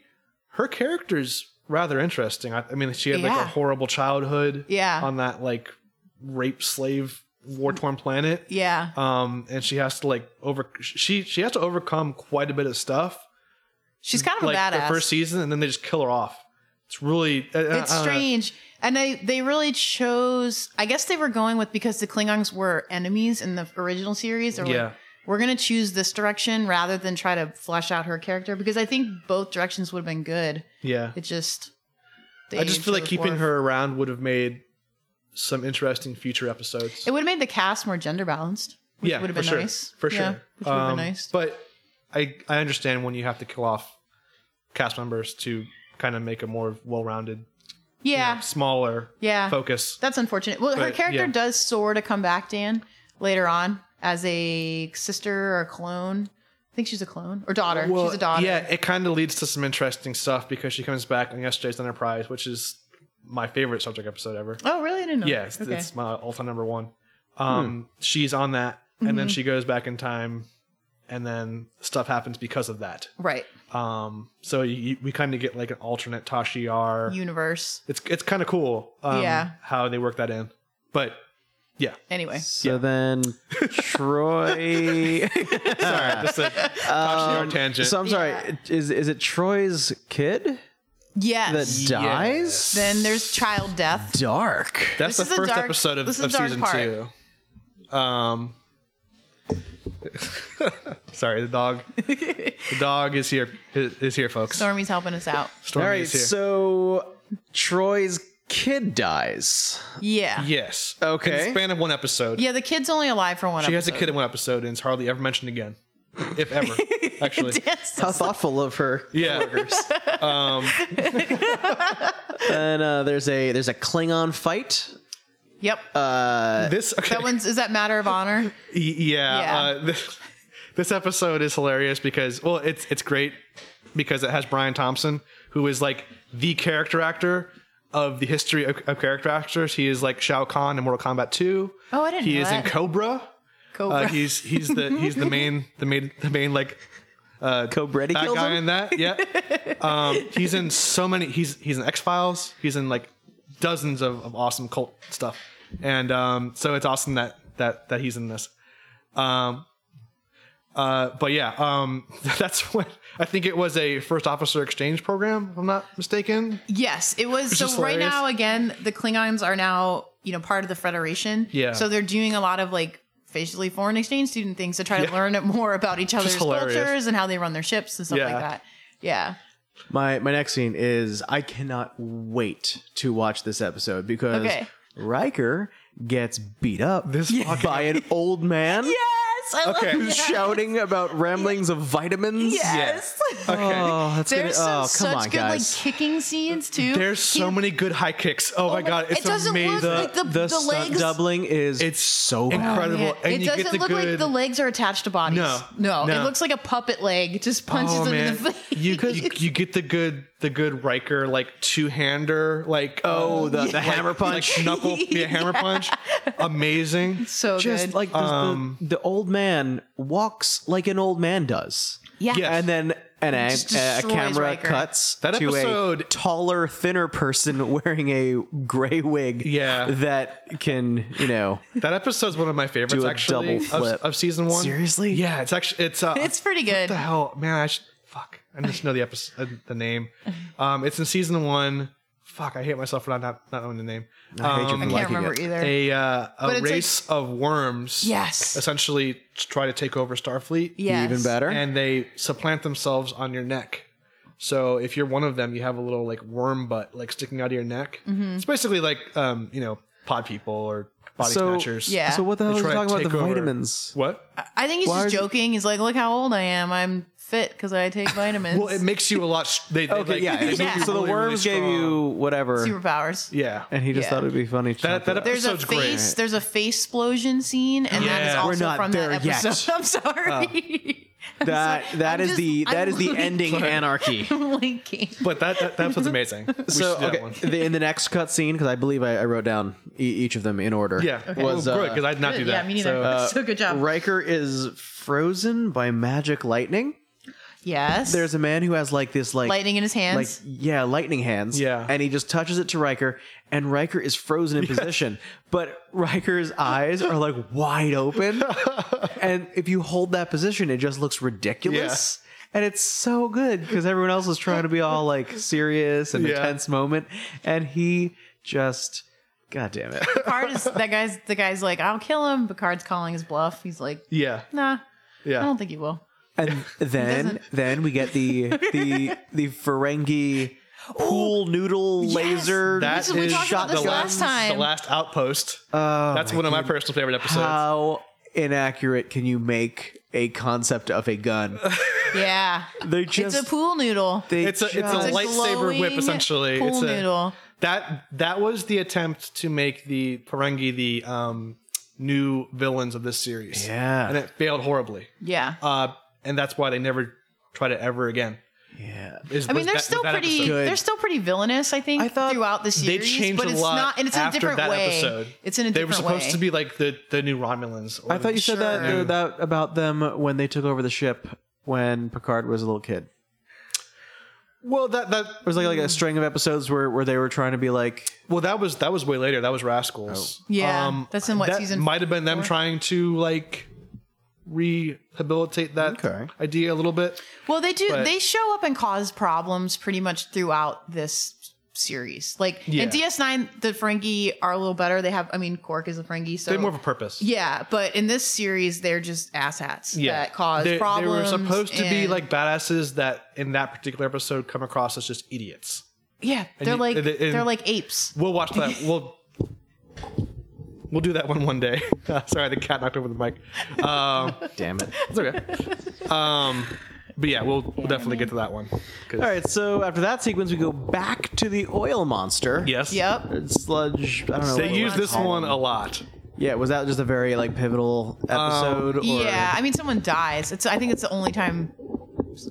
A: her character's rather interesting. I, I mean, she had like a
B: Yeah.
A: horrible childhood
B: Yeah.
A: on that like rape slave war torn planet.
B: yeah.
A: Um, and she has to like over she she has to overcome quite a bit of stuff.
B: She's kind of
A: like
B: a badass.
A: the first season, and then they just kill her off. It's really uh, I- I-
B: It's
A: I don't know.
B: strange. And they, they really chose, I guess they were going with because the Klingons were enemies in the original series. Or
A: Yeah.
B: we're going to choose this direction rather than try to flesh out her character because I think both directions would have been good.
A: Yeah,
B: It just.
A: I just
B: they
A: feel like
B: chose
A: keeping
B: Worf.
A: her around would have made some interesting future episodes.
B: It would have made the cast more gender balanced. Which
A: yeah,
B: would have
A: for
B: been
A: sure,
B: nice.
A: for
B: Yeah,
A: sure.
B: which would have
A: Um,
B: been nice.
A: But I I understand when you have to kill off cast members to kind of make a more well-rounded,
B: yeah,
A: smaller
B: yeah.
A: focus.
B: That's unfortunate. Well, her
A: But,
B: character
A: yeah.
B: does sort of come back, Dan, later on as a sister or a clone. I think she's a clone or daughter.
A: Well,
B: she's a daughter.
A: Yeah, it kind of leads to some interesting stuff because she comes back on yesterday's Enterprise, which is my favorite subject episode ever.
B: Oh, really? I didn't know.
A: Yes,
B: Okay. Hmm.
A: it's my all-time number one. Um, She's on that, and
B: Mm-hmm.
A: then she goes back in time, and then stuff happens because of that.
B: right.
A: Um, so you, you- we kind of get like an alternate Tashi R.
B: Universe.
A: it's it's kind of cool. Um,
B: Yeah.
A: how they work that in, but yeah.
B: Anyway.
C: So
A: Yeah.
C: then Troy.
A: Sorry, just a Tashi R tangent.
C: Um, so I'm sorry.
B: Yeah.
C: Is is it Troy's kid that
B: Yes.
C: dies?
B: then there's child death.
C: Dark.
A: That's
B: This
A: the
B: is a
A: first
B: dark-
A: episode of,
B: this is
A: of
B: a dark
A: season
B: part.
A: two. Um, sorry, the dog. the dog is here. Is, is here, folks.
B: Stormy's helping us out.
A: Stormy
C: All right.
A: is here.
C: So Troy's kid dies.
B: Yeah. Yeah.
A: yes.
C: Okay.
A: In the span of one episode.
B: the kid's only alive for one.
A: She has
B: episode.
A: a kid in one episode, and it's hardly ever mentioned again, if ever. Actually,
B: Dan's-
C: How thoughtful of her.
A: yeah.
C: And uh, there's a there's a Klingon fight.
B: Yep.
A: This okay.
B: that one's is that matter of honor?
A: Y- yeah.
B: Yeah.
A: Uh, this, this episode is hilarious because well, it's it's great because it has Brian Thompson, who is like the character actor of the history of, of character actors. He is like Shao Kahn in Mortal Kombat Two.
B: Oh, I didn't
A: He
B: know
A: is
B: that.
A: in Cobra.
B: Cobra.
A: Uh, he's he's the he's the main the main the main like
C: Cobretti
A: bad
C: kills
A: guy
C: him.
A: in that. Yeah. um, he's in so many. He's he's in X Files. He's in like dozens of, of awesome cult stuff, and um, so it's awesome that that that he's in this. Um, uh, but yeah, um, that's when I think it was a first officer exchange program. If I'm not mistaken.
B: Yes, it was. So
A: is
B: right
A: hilarious.
B: now, again, the Klingons are now you know part of the Federation.
A: Yeah.
B: So they're doing a lot of like facially foreign exchange student things to try
A: Yeah.
B: to learn more about each other's
A: hilarious.
B: cultures and how they run their ships and stuff
A: Yeah.
B: like that. Yeah.
C: My my next scene is I cannot wait to watch this episode because
B: Okay.
C: Riker gets beat up
A: This fucking-
C: by an old man
B: Yes. I
A: Okay.
B: Love
C: who's
B: that.
C: shouting about ramblings of vitamins.
B: Yes.
A: Okay.
C: Oh, that's gonna,
B: There's some
C: oh, come
B: such
C: on,
B: good
C: guys.
B: like kicking scenes too.
A: There's so
B: He-
A: many good high kicks. Oh, my
B: my-
A: god, it's
B: it doesn't look
A: amazing.
B: like the-
C: stunt
B: legs-
C: doubling is it's so bad.
A: incredible.
B: Yeah.
A: And
B: It
A: you get
B: doesn't
A: the
B: look
A: good.
B: like the legs are attached to bodies.
A: No.
B: no,
A: No. Oh,
B: it looks like a puppet leg just punches them in the face.
A: You, you you get the good the good Riker like two hander like
C: Oh, the- the
A: like-
C: hammer punch.
A: like knuckle yeah hammer punch amazing
B: so
C: Just
B: good.
C: like the, the- the old man walks like an old man does.
B: yeah.
A: Yes.
C: And then an ang-
B: Just
C: a
B: destroys
C: camera
B: Riker.
C: cuts
A: That
C: to a
A: episode-
C: taller, thinner person wearing a gray wig.
A: Yeah. Um,
C: that can you know
A: that episode's one of my favorites
C: Do a
A: actually
C: double
A: of-
C: flip.
A: Of, season one
C: Seriously?
A: yeah it's actually it's uh
B: It's pretty good.
A: what the hell man I should fuck I just know the episode uh, the name um it's in season one fuck I hate myself for not not, not knowing the name
C: I
A: Um,
C: hate you for
B: I can't
C: liking
B: remember
C: it.
B: either.
A: a uh, a
B: it's like-
A: race of worms
B: Yes.
A: essentially to try to take over Starfleet
B: Yes.
C: Even better.
A: and they supplant themselves on your neck. So if you're one of them, you have a little like worm butt like sticking out of your neck.
B: Mm-hmm.
A: It's basically like um, you know pod people or body
C: So-
A: snatchers.
B: Yeah.
C: So what the hell
A: They
C: are
A: try
C: you
A: to
C: talking about?
A: take
C: The
A: over-
C: vitamins.
A: What?
B: I think he's
C: Why
B: just
C: are you-
B: joking. He's like, look how old I am. I'm fit because I take vitamins.
A: Well, it makes you a lot. s- They, they, like, they make
B: Yeah.
A: you
C: So the
A: really, really
C: worms gave
A: strong.
C: you whatever,
B: Superpowers.
A: Yeah.
C: and he just
B: Yeah.
C: thought it'd be funny. To
A: That-
C: talk
A: that
C: about.
B: There's a
A: Episode's great.
B: face. There's a face explosion scene, and that is
A: Yeah.
B: also
A: We're
C: not
B: from
C: there
B: that
C: yet.
B: episode. I'm
A: Uh.
B: sorry. I'm
C: that
B: sorry.
C: that
B: I'm
C: is
B: just-
C: the that
B: I'm
C: is the ending
B: linking-
C: anarchy.
B: I'm linking.
A: But that that, that was amazing. We
C: So
A: should do that
C: okay,
A: one.
C: the, in the next cutscene, because I believe I, I wrote down e- each of them in order.
A: Yeah.
C: was
A: well,
C: uh,
A: good because I'd not do
B: Good,
A: that. uh,
B: Yeah, me neither.
A: So,
B: so good job.
C: Riker is frozen by magic lightning.
B: Yes.
C: There's a man who has like this like
B: lightning in his
C: like
B: hands.
C: yeah, lightning hands.
A: Yeah.
C: and he just touches it to Riker, and Riker is frozen in position. But Riker's eyes are like wide open, and if you hold that position, it just looks ridiculous. And it's so good because everyone else is trying to be all like serious and
A: Yeah.
C: intense moment, and he just, god damn it,
B: Picard is that guy's the guy's like, I'll kill him. Picard's calling his bluff. He's like,
A: Yeah.
B: nah, I
A: Yeah.
B: don't think he will.
C: And then then we get the the the Ferengi pool noodle
B: Yes!
C: laser.
A: That
B: This
A: is
B: is- we talked about this
A: the
B: last time.
A: The last outpost.
C: Oh,
A: That's one of my personal favorite episodes.
C: how inaccurate can you make a concept of a gun?
B: Yeah.
C: They
B: it's
C: just
B: a pool noodle.
C: they
A: It's a- it's a
C: just-
A: light- lightsaber
B: glowing
A: whip, essentially.
B: Pool
A: It's a-
B: noodle.
A: that that was the attempt to make the Ferengi the um, new villains of this series.
C: Yeah.
A: and it failed horribly.
B: Yeah.
A: Uh, and that's why they never tried it ever again.
C: yeah.
A: is-
B: I mean,
A: was
B: they're
A: that-
B: still
A: was that
B: pretty.
A: episode.
C: Good.
B: They're still pretty villainous. I think
C: I thought
B: throughout the
A: They
B: series,
A: changed
B: but
A: a
B: it's
A: lot
B: not, and it's in a
A: after
B: different
A: that
B: way.
A: episode.
B: It's in a
A: They were
B: different
A: supposed
B: way.
A: to be like the the new Romulans. or
C: I thought you said that
B: Sure.
C: uh, that about them when they took over the ship when Picard was a little kid.
A: well that that
C: It was like like a string of episodes where where they were trying to be like
A: well that was that was way later. That was Rascals.
B: Oh.
A: Um,
B: Yeah, that's in what
A: that
B: season
A: Might have been them
B: four?
A: trying to like rehabilitate that
C: Okay.
A: idea a little bit.
B: Well, they do.
A: But-
B: they show up and cause problems pretty much throughout this series. Like
A: Yeah.
B: in DS9, the Ferengi are a little better. They have, I mean, Cork is a Ferengi, so
A: They had more of a purpose.
B: yeah. But in this series, they're just asshats that cause
A: They- they,
B: problems.
A: were supposed to be
B: and-
A: like badasses that in that particular episode come across as just idiots.
B: yeah,
A: and
B: they're
A: you-
B: like
A: and- and-
B: they're like apes.
A: We'll watch that. we'll we'll do that one one day. sorry, the cat knocked over the mic. Um,
C: damn it.
A: it's okay. Um, but yeah, we'll, we'll definitely get to that one. 'Cause-
C: All right, so after that sequence, we go back to the oil monster.
A: Yes.
B: Yep.
C: sludge. I don't know.
A: They
C: what
A: use
C: you
A: this
C: call
A: one
C: them.
A: a lot.
C: Yeah, was that just a very like pivotal episode? or
B: yeah, I mean, someone dies. It's I think it's the only time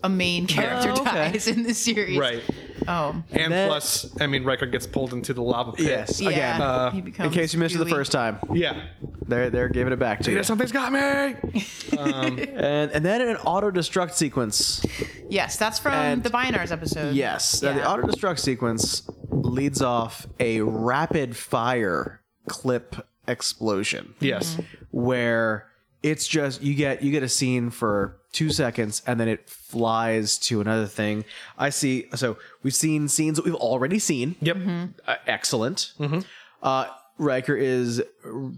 B: a main character
C: Oh, okay.
B: dies in the series.
A: Right.
B: Oh.
A: And
C: That-
A: plus, I mean, Riker gets pulled into the lava pit.
C: Yes.
B: Yeah.
C: Again,
A: Uh,
B: he
C: in
B: becomes
C: case you missed it the
B: gooey.
C: first time,
A: Yeah.
C: they're they're giving it back to you.
A: Yeah, Something's got
B: Mm-hmm.
A: me.
C: And and then an auto destruct sequence.
B: Yes, that's from
C: And-
B: the Binars episode.
C: Yes. Now the
B: Yeah.
C: auto destruct sequence leads off a rapid fire clip explosion.
A: Yes.
C: where it's just you get you get a scene for two seconds and then it flies to another thing. I see. So we've seen scenes that we've already seen.
A: Yep.
B: Mm-hmm.
C: Uh, excellent.
A: Mm-hmm.
C: Uh, Riker is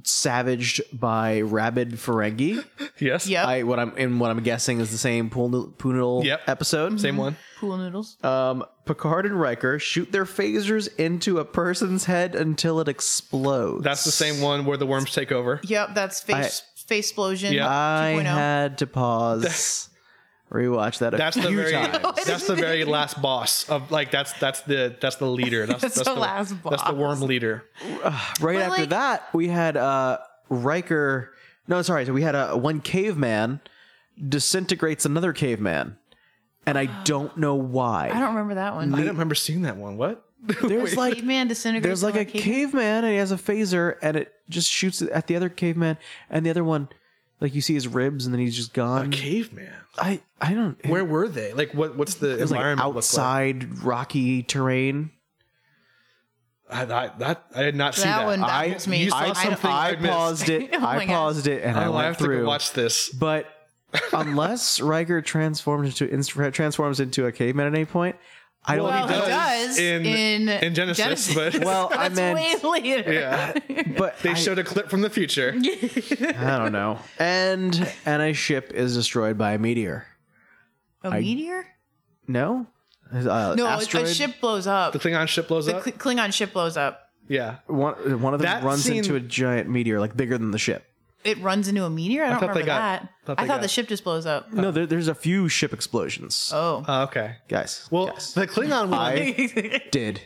C: savaged by rabid Ferengi.
A: Yes.
B: Yep.
C: I what I'm and what I'm guessing is the same pool noo- pool noodle
A: Yep.
C: episode.
B: Mm-hmm.
A: Same one.
B: Pool noodles.
C: Um, Picard and Riker shoot their phasers into a person's head until it explodes.
A: That's the same one where the worms take over.
B: Yep, that's face face explosion. oh.
A: Yeah.
C: I
A: oh.
B: 2.0.
C: had to pause, rewatch that. A
A: That's the
C: few
A: very
C: times.
A: that's the very last boss of like that's that's the that's the leader. That's,
B: That's the last
A: That's the
B: boss.
A: worm leader.
C: Right
B: But,
C: after
B: like-
C: that, we had uh, Riker. No, sorry. So we had uh, one caveman disintegrates another caveman, and I don't know why.
B: I don't remember that one.
A: I don't remember seeing that one. What?
C: there's like
B: caveman disintegrates.
C: there's like
B: into
C: a caveman, and he has a phaser, and it just shoots at the other caveman, and the other one, like you see his ribs, and then he's just
A: Mm.
C: gone.
A: Caveman.
C: I I don't. It
A: Where were they? Like what? What's the
C: was like
A: environment look
C: outside rocky terrain.
A: Like? I, I, that I did not see
B: That
A: that.
B: one
A: I,
B: baffles me.
A: You saw
B: I-
A: something I,
C: I
A: missed.
C: paused it.
B: Oh my
C: I
B: God.
C: paused it, and I
A: Oh,
C: went
A: I have
C: through.
A: to go watch this.
C: But unless Riker transforms into ins- transforms into a caveman at any point, I don't.
B: Well,
A: he
B: he
A: does
B: does
A: in-
B: in
A: in Genesis, but-
C: Well, I
B: that's
C: meant-
B: way later.
A: Yeah,
C: but
A: they
C: I,
A: showed a clip from the future.
C: I don't know. And and a ship is destroyed by a meteor.
B: A meteor?
C: No. Uh,
B: No, a-
C: asteroid?
B: a ship blows up.
A: The
B: The,
A: Klingon ship blows up.
B: Kl- Klingon ship blows up.
A: yeah,
C: One, one of them
A: That
C: runs
A: scene-
C: into a giant meteor, like bigger than the ship.
B: It runs into a meteor. I don't
A: thought they
B: remember
A: got-
B: that.
A: thought they
B: I thought
A: got-
B: the ship just blows up.
C: No, there, there's a few ship explosions,
B: Oh,
A: Oh, okay.
C: guys.
A: Well,
C: guys.
A: the Klingon one,
C: I did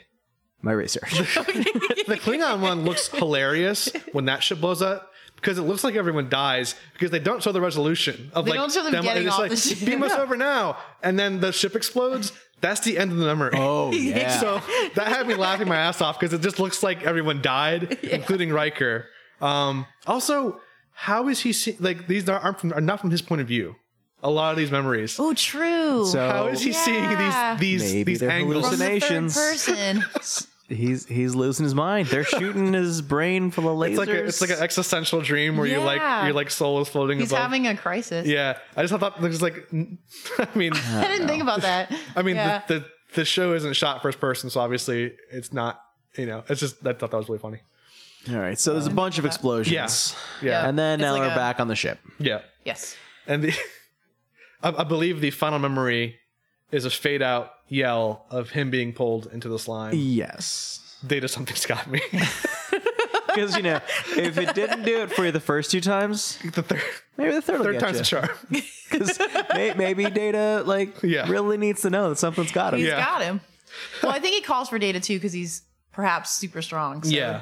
C: my research.
A: the Klingon one looks hilarious when that ship blows up because it looks like everyone dies because they don't show the resolution of
B: They
A: like
B: don't show them
A: them-
B: getting
A: it's
B: off
A: like
B: the ship.
A: beam us over now, and then the ship explodes. That's the end of the number.
C: Oh yeah.
A: So that had me laughing my ass off because it just looks like everyone died, including Riker. Um, also, how is he see- like these aren't from are not from his point of view? a lot of these memories.
B: Oh, true.
C: So
A: How is he
B: Yeah.
A: seeing these these
C: Maybe
A: these
C: they're
B: From the
A: angles?
C: hallucinating.
B: third
C: Hallucinations.
B: person.
C: he's he's losing his mind. They're shooting his brain full of lasers.
A: It's like a, it's like an existential dream where you're like
B: Yeah.
A: your like soul is floating
B: He's
A: above.
B: having a crisis.
A: yeah, I just thought there's like, n- I mean,
B: I didn't think about that.
A: I mean
B: yeah.
A: the, the the show isn't shot first person, so obviously it's not. You know, it's just I thought that was really funny.
C: all right. So there's a bunch of explosions.
A: Yes. Yeah.
C: And then
B: It's
C: now
B: like
C: we're
B: a-
C: back on the ship.
A: Yeah.
B: yes.
A: And the I, I believe the final memory is a fade out yell of him being pulled into the slime.
C: Yes.
A: Data something's got me.
C: Because you know, if it didn't do it for you the first two times,
A: the third
C: maybe the third, will
A: third
C: get
A: time's
C: you.
A: a charm.
C: 'Cause may, maybe Data like
A: Yeah.
C: really needs to know that something's got him.
B: he's
A: Yeah.
B: got him. Well, I think he calls for data too because he's perhaps super strong. So
A: Yeah.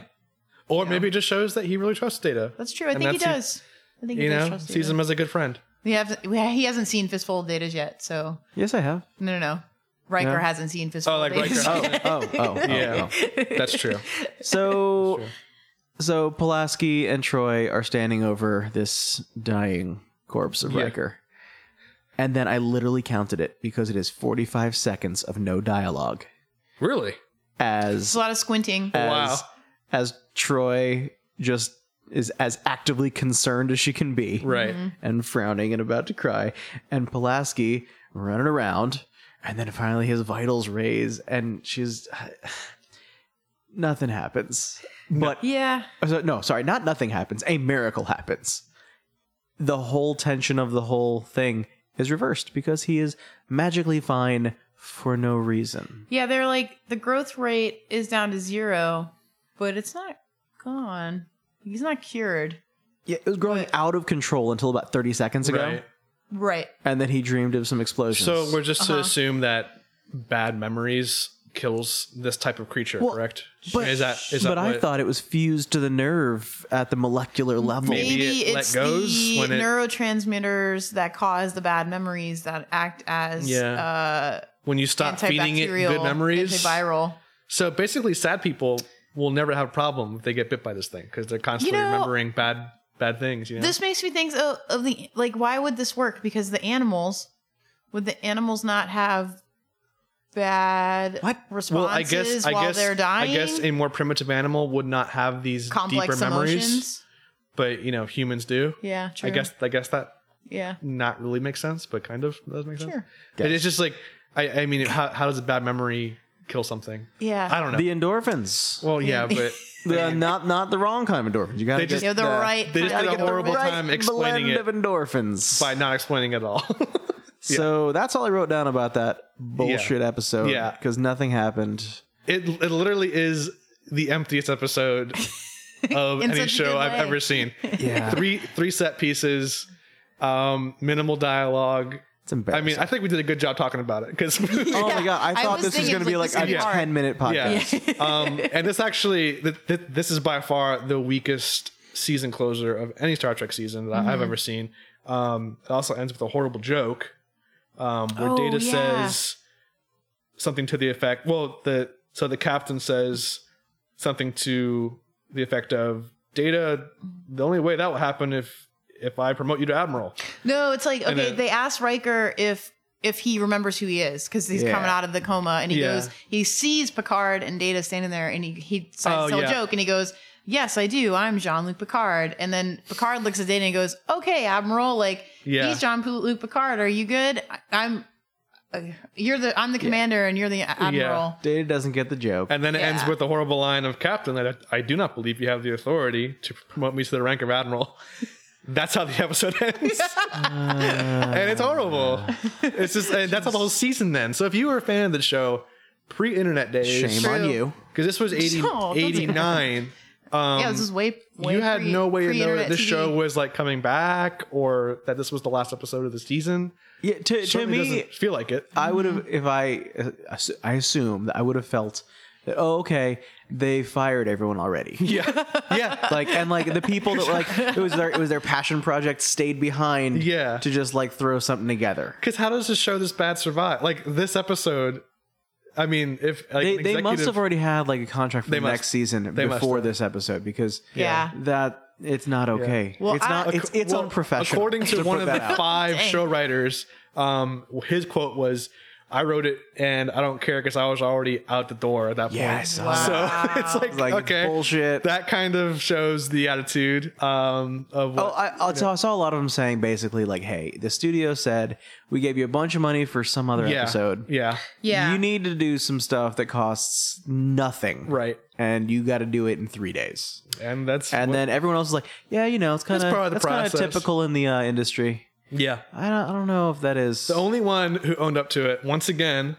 A: Or maybe it just shows that he really trusts Data.
B: That's true. I
A: And
B: think he
A: that's-
B: does. I think he
A: you
B: does
A: know,
B: trust
A: sees
B: data.
A: him as a good friend.
B: We have, we, he hasn't seen Fistful of Datas yet, so
C: Yes, I have.
B: no, no, no. Riker
C: Yeah.
B: hasn't seen Fistful
A: Oh,
B: of
A: like
B: Datas.
A: Riker.
B: yet.
C: Oh, oh, oh.
A: Yeah. That's true.
C: So, so Pulaski and Troy are standing over this dying corpse of
A: Yeah.
C: Riker, and then I literally counted it because it is forty-five seconds of no dialogue
A: Really?
B: It's
C: as
B: a lot of squinting.
C: as
A: Wow.
C: as Troy just is as actively concerned as she can be,
A: Right.
B: Mm-hmm.
C: and frowning and about to cry, and Pulaski running around, and then finally his vitals raise, and she's nothing happens, but uh,
B: Yeah.
C: so- no, sorry, not nothing happens. A miracle happens. The whole tension of the whole thing is reversed because he is magically fine for no reason.
B: Yeah, they're like the growth rate is down to zero, but it's not gone. He's not cured.
C: Yeah, it was growing out of control until about 30 seconds ago.
A: Right.
B: Right.
C: And then he dreamed of some explosions.
A: So we're just to
B: Uh-huh.
A: assume that bad memories kills this type of creature,
C: Well,
A: correct?
C: but-
A: is that is
C: but
A: that
C: I
A: what-
C: thought it was fused to the nerve at the molecular level.
A: Maybe it let
B: it's
A: goes
B: the
A: when it-
B: neurotransmitters that cause the bad memories that act as uh,
A: when you stop feeding it
B: antibacterial,
A: good memories?
B: antiviral.
A: So basically, sad people will never have a problem if they get bit by this thing because they're constantly
B: You know-
A: remembering bad bad things. You know?
B: This makes me think of, of the like, why would this work? Because the animals, would the animals not have bad
C: What?
B: responses
A: well, I guess I
B: while
A: guess
B: they're dying?
A: I guess a more primitive animal would not have these
B: complex
A: deeper memories,
B: emotions.
A: but you know humans do.
B: Yeah, true.
A: I guess I guess that
B: Yeah.
A: not really makes sense, but kind of does make sense.
B: Sure.
A: But it's just like I, I mean, how, how does a bad memory kill something?
B: Yeah.
A: I don't know.
C: The endorphins.
A: well, yeah, but
C: The- not not the wrong kind of endorphins. You gotta
A: They
C: get
A: just-
B: you know, the
C: the-
B: right.
A: they just
B: kind
A: did
B: of
A: a horrible
B: right-
A: time explaining
C: blend
A: it.
C: of endorphins.
A: by not explaining at all.
C: So that's all I wrote down about that bullshit episode.
A: Yeah.
C: Because nothing happened.
A: it it literally is the emptiest episode of
B: In
A: any
B: such a
A: show
B: good
A: I've
B: way.
A: ever seen.
C: Yeah.
A: three three set pieces, um, minimal dialogue.
C: It's
A: I
C: embarrassing.
A: mean, I think we did a good job talking about it because,
C: oh my God. I
B: I
C: thought
B: was
C: this was
B: thinking
C: going to be
B: like
C: like
B: this
C: a
B: is gonna be hard.
C: 10 minute
A: yeah.
C: podcast.
A: um, and this actually, th- th- this is by far the weakest season closer of any Star Trek season that
B: Mm-hmm.
A: I've ever seen. Um, it also ends with a horrible joke um, where
B: Oh,
A: Data
B: yeah.
A: says something to the effect. Well, the so the captain says something to the effect of Data. The only way that will happen if if I promote you to admiral.
B: No, it's like
A: And
B: okay,
A: then-
B: they asked Riker if if he remembers who he is because he's
C: Yeah.
B: coming out of the coma and he
A: Yeah.
B: goes, he sees Picard and Data standing there and he he decides
A: Oh,
B: to tell
A: yeah.
B: a joke and he goes, "Yes, I do. I'm Jean Luc Picard." And then Picard looks at Data and goes, "Okay, Admiral, like
A: Yeah.
B: he's Jean Luc Picard. Are you good? I, I'm." Uh, you're the I'm the commander and you're the admiral.
C: Data doesn't get the joke.
A: And then it ends
B: Yeah.
A: with the horrible line of Captain that I, I do not believe you have the authority to promote me to the rank of admiral. That's how the episode ends,
C: Ah.
A: and it's horrible. It's just and that's how the whole season then. So if you were a fan of the show pre-internet days,
C: Shame on
B: True.
C: you.
A: because this was 80,
B: Oh, don't do that.
A: 89, um,
B: yeah, this is way, way
A: you had
B: pre-
A: no way to know that
B: pre-internet
A: this
B: TV.
A: show was like coming back or that this was the last episode of the season.
C: Yeah, to, to
A: Certainly
C: me,
A: doesn't feel like it.
C: I would have, if I, uh, assu- I assume that I would have felt that, oh, okay, they fired everyone already.
A: yeah, yeah.
C: Like and like the people that like it was their it was their passion project stayed behind
A: Yeah.
C: to just like throw something together.
A: Because how does this show this bad survive? Like this episode, I mean, if like,
C: They,
A: an
C: they must
A: executive-
C: have already had like a contract for
A: They
C: the
A: must.
C: next season
A: They must
C: before
A: have.
C: this episode because
B: Yeah.
C: that It's not okay.
B: Well,
C: it's
B: I-
C: not. It's, it's
A: Well,
C: unprofessional.
A: According to, one of
C: put
A: the
C: that out.
A: five
B: Dang.
A: show writers, um, his quote was, "I wrote it, and I don't care because I was already out the door at that
C: Yeah, I
A: point."
C: saw
B: Wow.
C: that.
A: So it's like,
C: like
A: okay,
C: bullshit.
A: that kind of shows the attitude um, of what.
C: Oh, I, I, so I saw a lot of them saying basically like, "Hey, the studio said we gave you a bunch of money for some other
A: yeah,
C: episode.
A: yeah,
B: Yeah.
C: You need to do some stuff that costs nothing,
A: right,
C: And you got to do it in three days.
A: and that's
C: And
A: what-
C: then everyone else is like, "Yeah, you know, it's kind
A: part of
C: of
A: the
C: that's kind of
A: process.
C: typical in the uh, industry."
A: yeah,
C: I don't, I don't know if that is.
A: the only one who owned up to it once again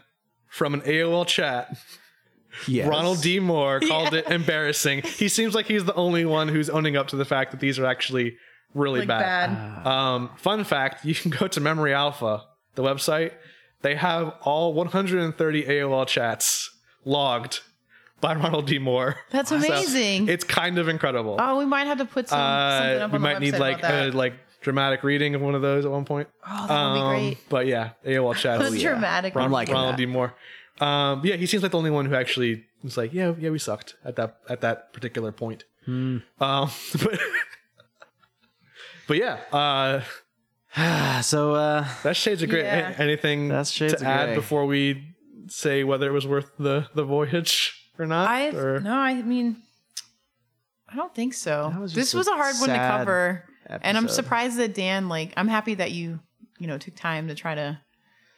A: from an AOL chat.
C: Yes.
A: Ronald D. Moore called it embarrassing. He seems like he's the only one who's owning up to the fact that these are actually really
B: like
A: bad.
B: bad.
A: Um, fun fact you can go to Memory Alpha, the website. They have all 130 AOL chats logged by Ronald D. Moore.
B: That's
A: So
B: amazing.
A: it's kind of incredible.
B: oh, we might have to put some, something
A: uh,
B: up
A: we
B: on
A: might
B: the
A: need
B: website
A: like
B: about
A: a
B: that.
A: like dramatic reading of one of those at one point.
B: oh, that would
A: Um,
B: be great.
A: But yeah, AOL chats.
B: That's dramatic.
A: Ron-
C: Oh, I'm liking
A: Ronald
C: that.
A: D. Moore. Um, yeah, he seems like the only one who actually was like, yeah, yeah, we sucked at that at that particular point.
C: Hmm.
A: Um, but, but yeah, uh,
C: so uh,
A: that's Shades of Grey.
B: Yeah.
A: A- Anything
C: That's Shades
A: to
C: of
A: add
C: Grey.
A: before we say whether it was worth the the voyage or not?
B: I
A: or,
B: no, I mean, I don't think so.
C: That was
B: this
C: just
B: was a
C: a
B: hard one to
C: sad
B: cover, and I'm
C: episode.
B: surprised that Dan. Like, I'm happy that you you know took time to try to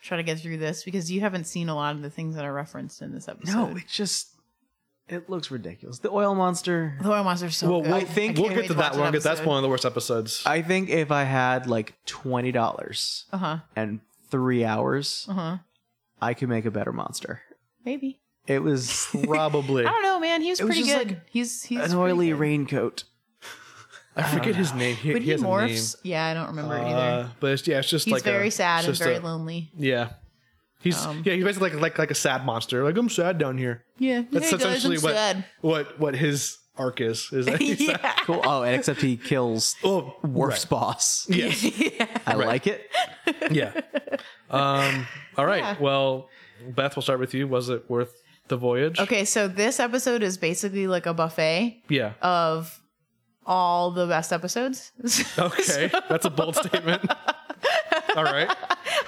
B: try to get through this because you haven't seen a lot of the things that are referenced in this episode.
C: no, it just it looks ridiculous. The oil monster.
B: the oil monsters are so
A: well,
B: good.
A: we'll,
C: I think-
A: we'll
B: can't
A: get
B: wait
A: to
B: to
A: that
B: watch
A: one
B: that
A: because that's
B: episode.
A: one of the worst episodes.
C: I think if I had like twenty dollars
B: Uh huh.
C: and three hours,
B: Uh huh.
C: I could make a better monster.
B: Maybe
C: It was
A: Probably.
B: I don't know, man. He was
C: It was
B: pretty
C: just
B: good.
C: like
B: he's he's
C: an
B: pretty
C: oily
B: good.
C: raincoat.
A: I forget his name. He,
B: When
A: he
B: he,
A: has a name.
B: morphs, yeah, I don't remember either.
A: Uh, but it's, yeah, it's just
B: He's
A: like a-
B: very sad
A: it's
B: and
A: just
B: very
A: a-
B: lonely.
A: Yeah. He's
B: Um,
A: yeah, he's basically like like like a sad monster. Like I'm sad down here.
B: Yeah,
A: That's
B: yeah, guys, I'm
A: essentially what
B: sad.
A: what what his arc is. Is that he's sad.
B: yeah.
C: Cool. Oh, and except he kills
A: Oh,
C: Worf's boss.
A: yes,
B: yeah.
C: I
A: Right.
C: like it.
A: yeah. Um, all right.
B: Yeah.
A: Well, Beth, we'll start with you. Was it worth the voyage?
B: Okay, so this episode is basically like a buffet
A: Yeah.
B: of all the best episodes.
A: Okay. That's a bold statement. All right.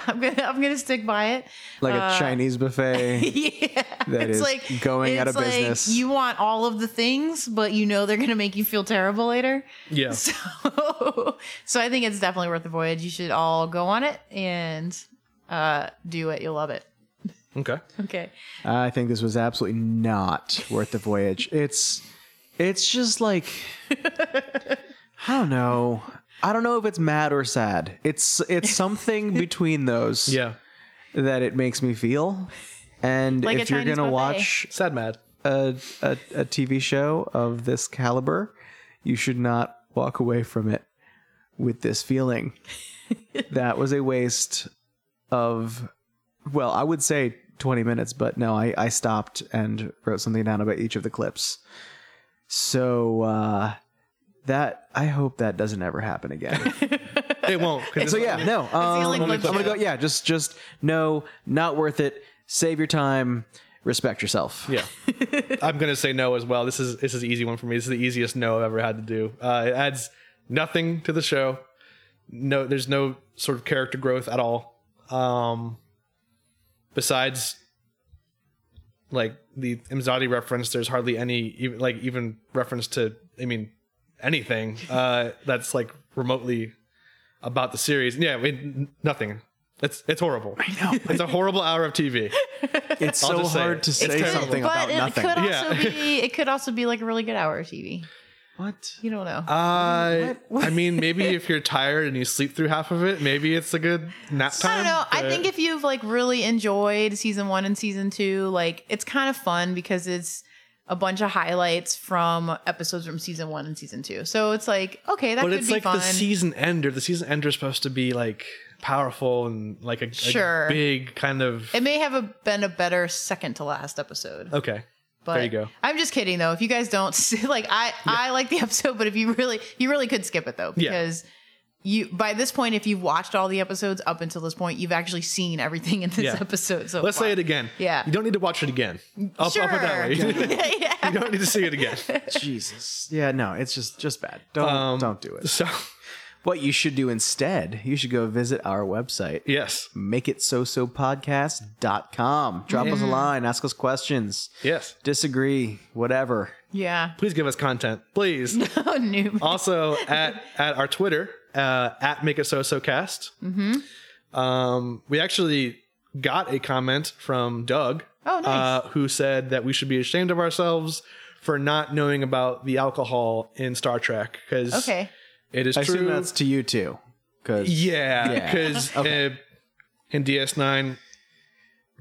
B: I'm gonna I'm gonna stick by it.
C: Like
B: Uh,
C: a Chinese buffet.
B: Yeah,
C: That
B: it's
C: is
B: like
C: going out
B: it's
C: of
B: like
C: business.
B: You want all of the things, but you know they're gonna make you feel terrible later.
A: Yeah.
B: So, so I think it's definitely worth the voyage. You should all go on it and uh, do it. You'll love it.
A: Okay.
B: Okay.
C: Uh, I think this was absolutely not worth the voyage. It's it's just like I don't know. I don't know if it's mad or sad. It's it's something between those
A: Yeah.
C: that it makes me feel. And
B: Like a
C: if you're
B: Chinese
C: gonna
B: buffet.
C: watch
A: Sad mad.
C: a, a, a TV show of this caliber, you should not walk away from it with this feeling. that was a waste of, well, I would say 20 minutes, but no, I, I stopped and wrote something down about each of the clips. So, uh, that, I hope that doesn't ever happen again.
A: It won't. 'cause
C: so
A: it's-
C: yeah, no. Um,
B: only
C: I'm
B: clip
C: gonna
B: show.
C: go, yeah, just, just, no, not worth it. Save your time. Respect yourself.
A: Yeah. I'm gonna say no as well. This is this is an easy one for me. This is the easiest no I've ever had to do. Uh, it adds nothing to the show. No, there's no sort of character growth at all. Um, besides, like the Imzadi reference, there's hardly any even like even reference to. I mean, anything uh, that's like remotely about the series. Yeah, it, nothing. It's it's horrible.
C: No,
A: It's a horrible hour of TV.
C: It's
A: I'll
C: so
A: just say
C: hard
A: it.
C: to
A: It's
C: say
A: terrible.
C: something
B: but
C: about
B: it
C: nothing.
B: could also
A: Yeah.
B: be it could also be like a really good hour of TV.
C: what?
B: You don't know.
A: Uh, I mean, maybe if you're tired and you sleep through half of it, maybe it's a good nap time.
B: I don't know. I
A: but-
B: think if you've like really enjoyed season one and season two, like it's kind of fun because it's a bunch of highlights from episodes from season one and season two. So it's like, okay, that
A: but
B: could
A: it's
B: be
A: like
B: fun.
A: the season ender. The season ender is supposed to be like powerful and like a, a
B: Sure.
A: big kind of.
B: it may have a, been a better second to last episode.
A: Okay,
B: but
A: there you go.
B: I'm just kidding though. If you guys don't like, I I like the episode, but if you really you really could skip it though
A: Yeah.
B: because you by this point, if you've watched all the episodes up until this point, you've actually seen everything in this
A: Yeah.
B: episode. So
A: Let's
B: far.
A: say it again.
B: Yeah.
A: You don't need to watch it again. I'll,
B: Sure.
A: I'll put it that way.
B: yeah, yeah.
A: you don't need to see it again.
C: Jesus. Yeah, no, it's just just bad. Don't
A: Um,
C: don't do it.
A: So,
C: What you should do instead, you should go visit our website,
A: yes.
C: makeitsosopodcast.com. Drop us a line, ask us questions,
A: Yes.
C: disagree, whatever.
B: yeah.
A: Please give us content. Please.
B: Oh, noob.
A: also at at our Twitter uh, at Make It So So Cast.
B: Mm-hmm.
A: Um, we actually got a comment from Doug,
B: Oh, nice.
A: uh, who said that we should be ashamed of ourselves for not knowing about the alcohol in Star Trek because
B: Okay.
A: it is
C: I assume
A: true.
C: that's to you too. Cause
A: yeah,
C: Yeah.
A: because uh, in DS9.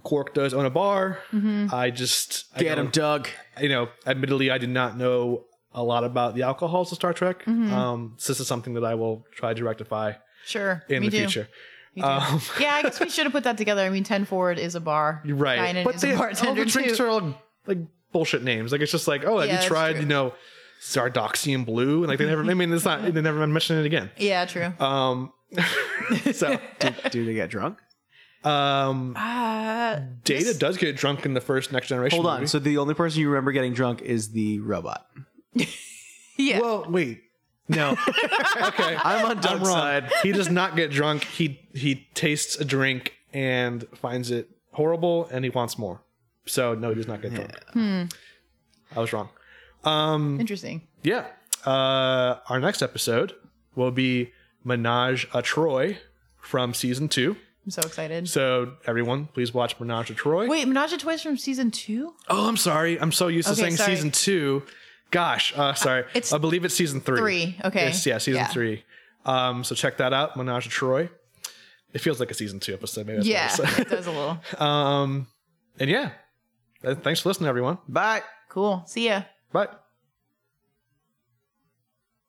A: Quark does own a bar.
B: Mm-hmm.
A: I just I
C: get him,
A: don't-
C: Doug.
A: you know, admittedly, I did not know a lot about the alcohols of Star Trek.
B: Mm-hmm.
A: Um, so this is something that I will try to rectify
B: Sure.
A: in
B: Me
A: the
B: too.
A: future.
B: Me too.
A: Um,
B: yeah, I guess we should have put that together. I mean, ten forward is a bar,
A: You're right.
B: Guinan
A: but
B: is
A: they,
B: a
A: all
B: bartender
A: the drinks
B: too.
A: are all like bullshit names. Like it's just like, oh, have
B: Yeah, that's
A: you tried,
B: true.
A: you know, Sardoxian Blue? And like they never. I mean, it's not. They never mention it again.
B: yeah, true.
A: Um, so,
C: Do they get drunk?
A: um,
B: Uh,
A: Data
B: this-
A: does get drunk in the first Next Generation.
C: Hold on.
A: movie.
C: So the only person you remember getting drunk is the robot.
B: yeah.
A: well, wait. No. okay.
C: I'm on
A: I'm
C: Doug's
A: wrong.
C: side.
A: he does not get drunk. He he tastes a drink and finds it horrible, and he wants more. So no, he does not get drunk. I was wrong.
B: Interesting.
A: Yeah. Uh, our next episode will be Menage a Troy from season two.
B: I'm so excited.
A: So everyone, please watch Menage a Troy.
B: Wait, Menage a Toys from season two?
A: Oh, I'm sorry. I'm so used to
B: Okay,
A: saying
B: sorry.
A: season two. Gosh, uh, sorry.
B: It's
A: I believe it's season three.
B: three, okay.
A: It's, yeah, season
B: Yeah.
A: three. Um, so check that out, Menage a Troy. It feels like a season two episode. Maybe that's
B: Yeah,
A: what I said.
B: it does a little.
A: Um, and yeah, Uh, thanks for listening, everyone.
C: Bye.
B: Cool. See ya.
A: Bye.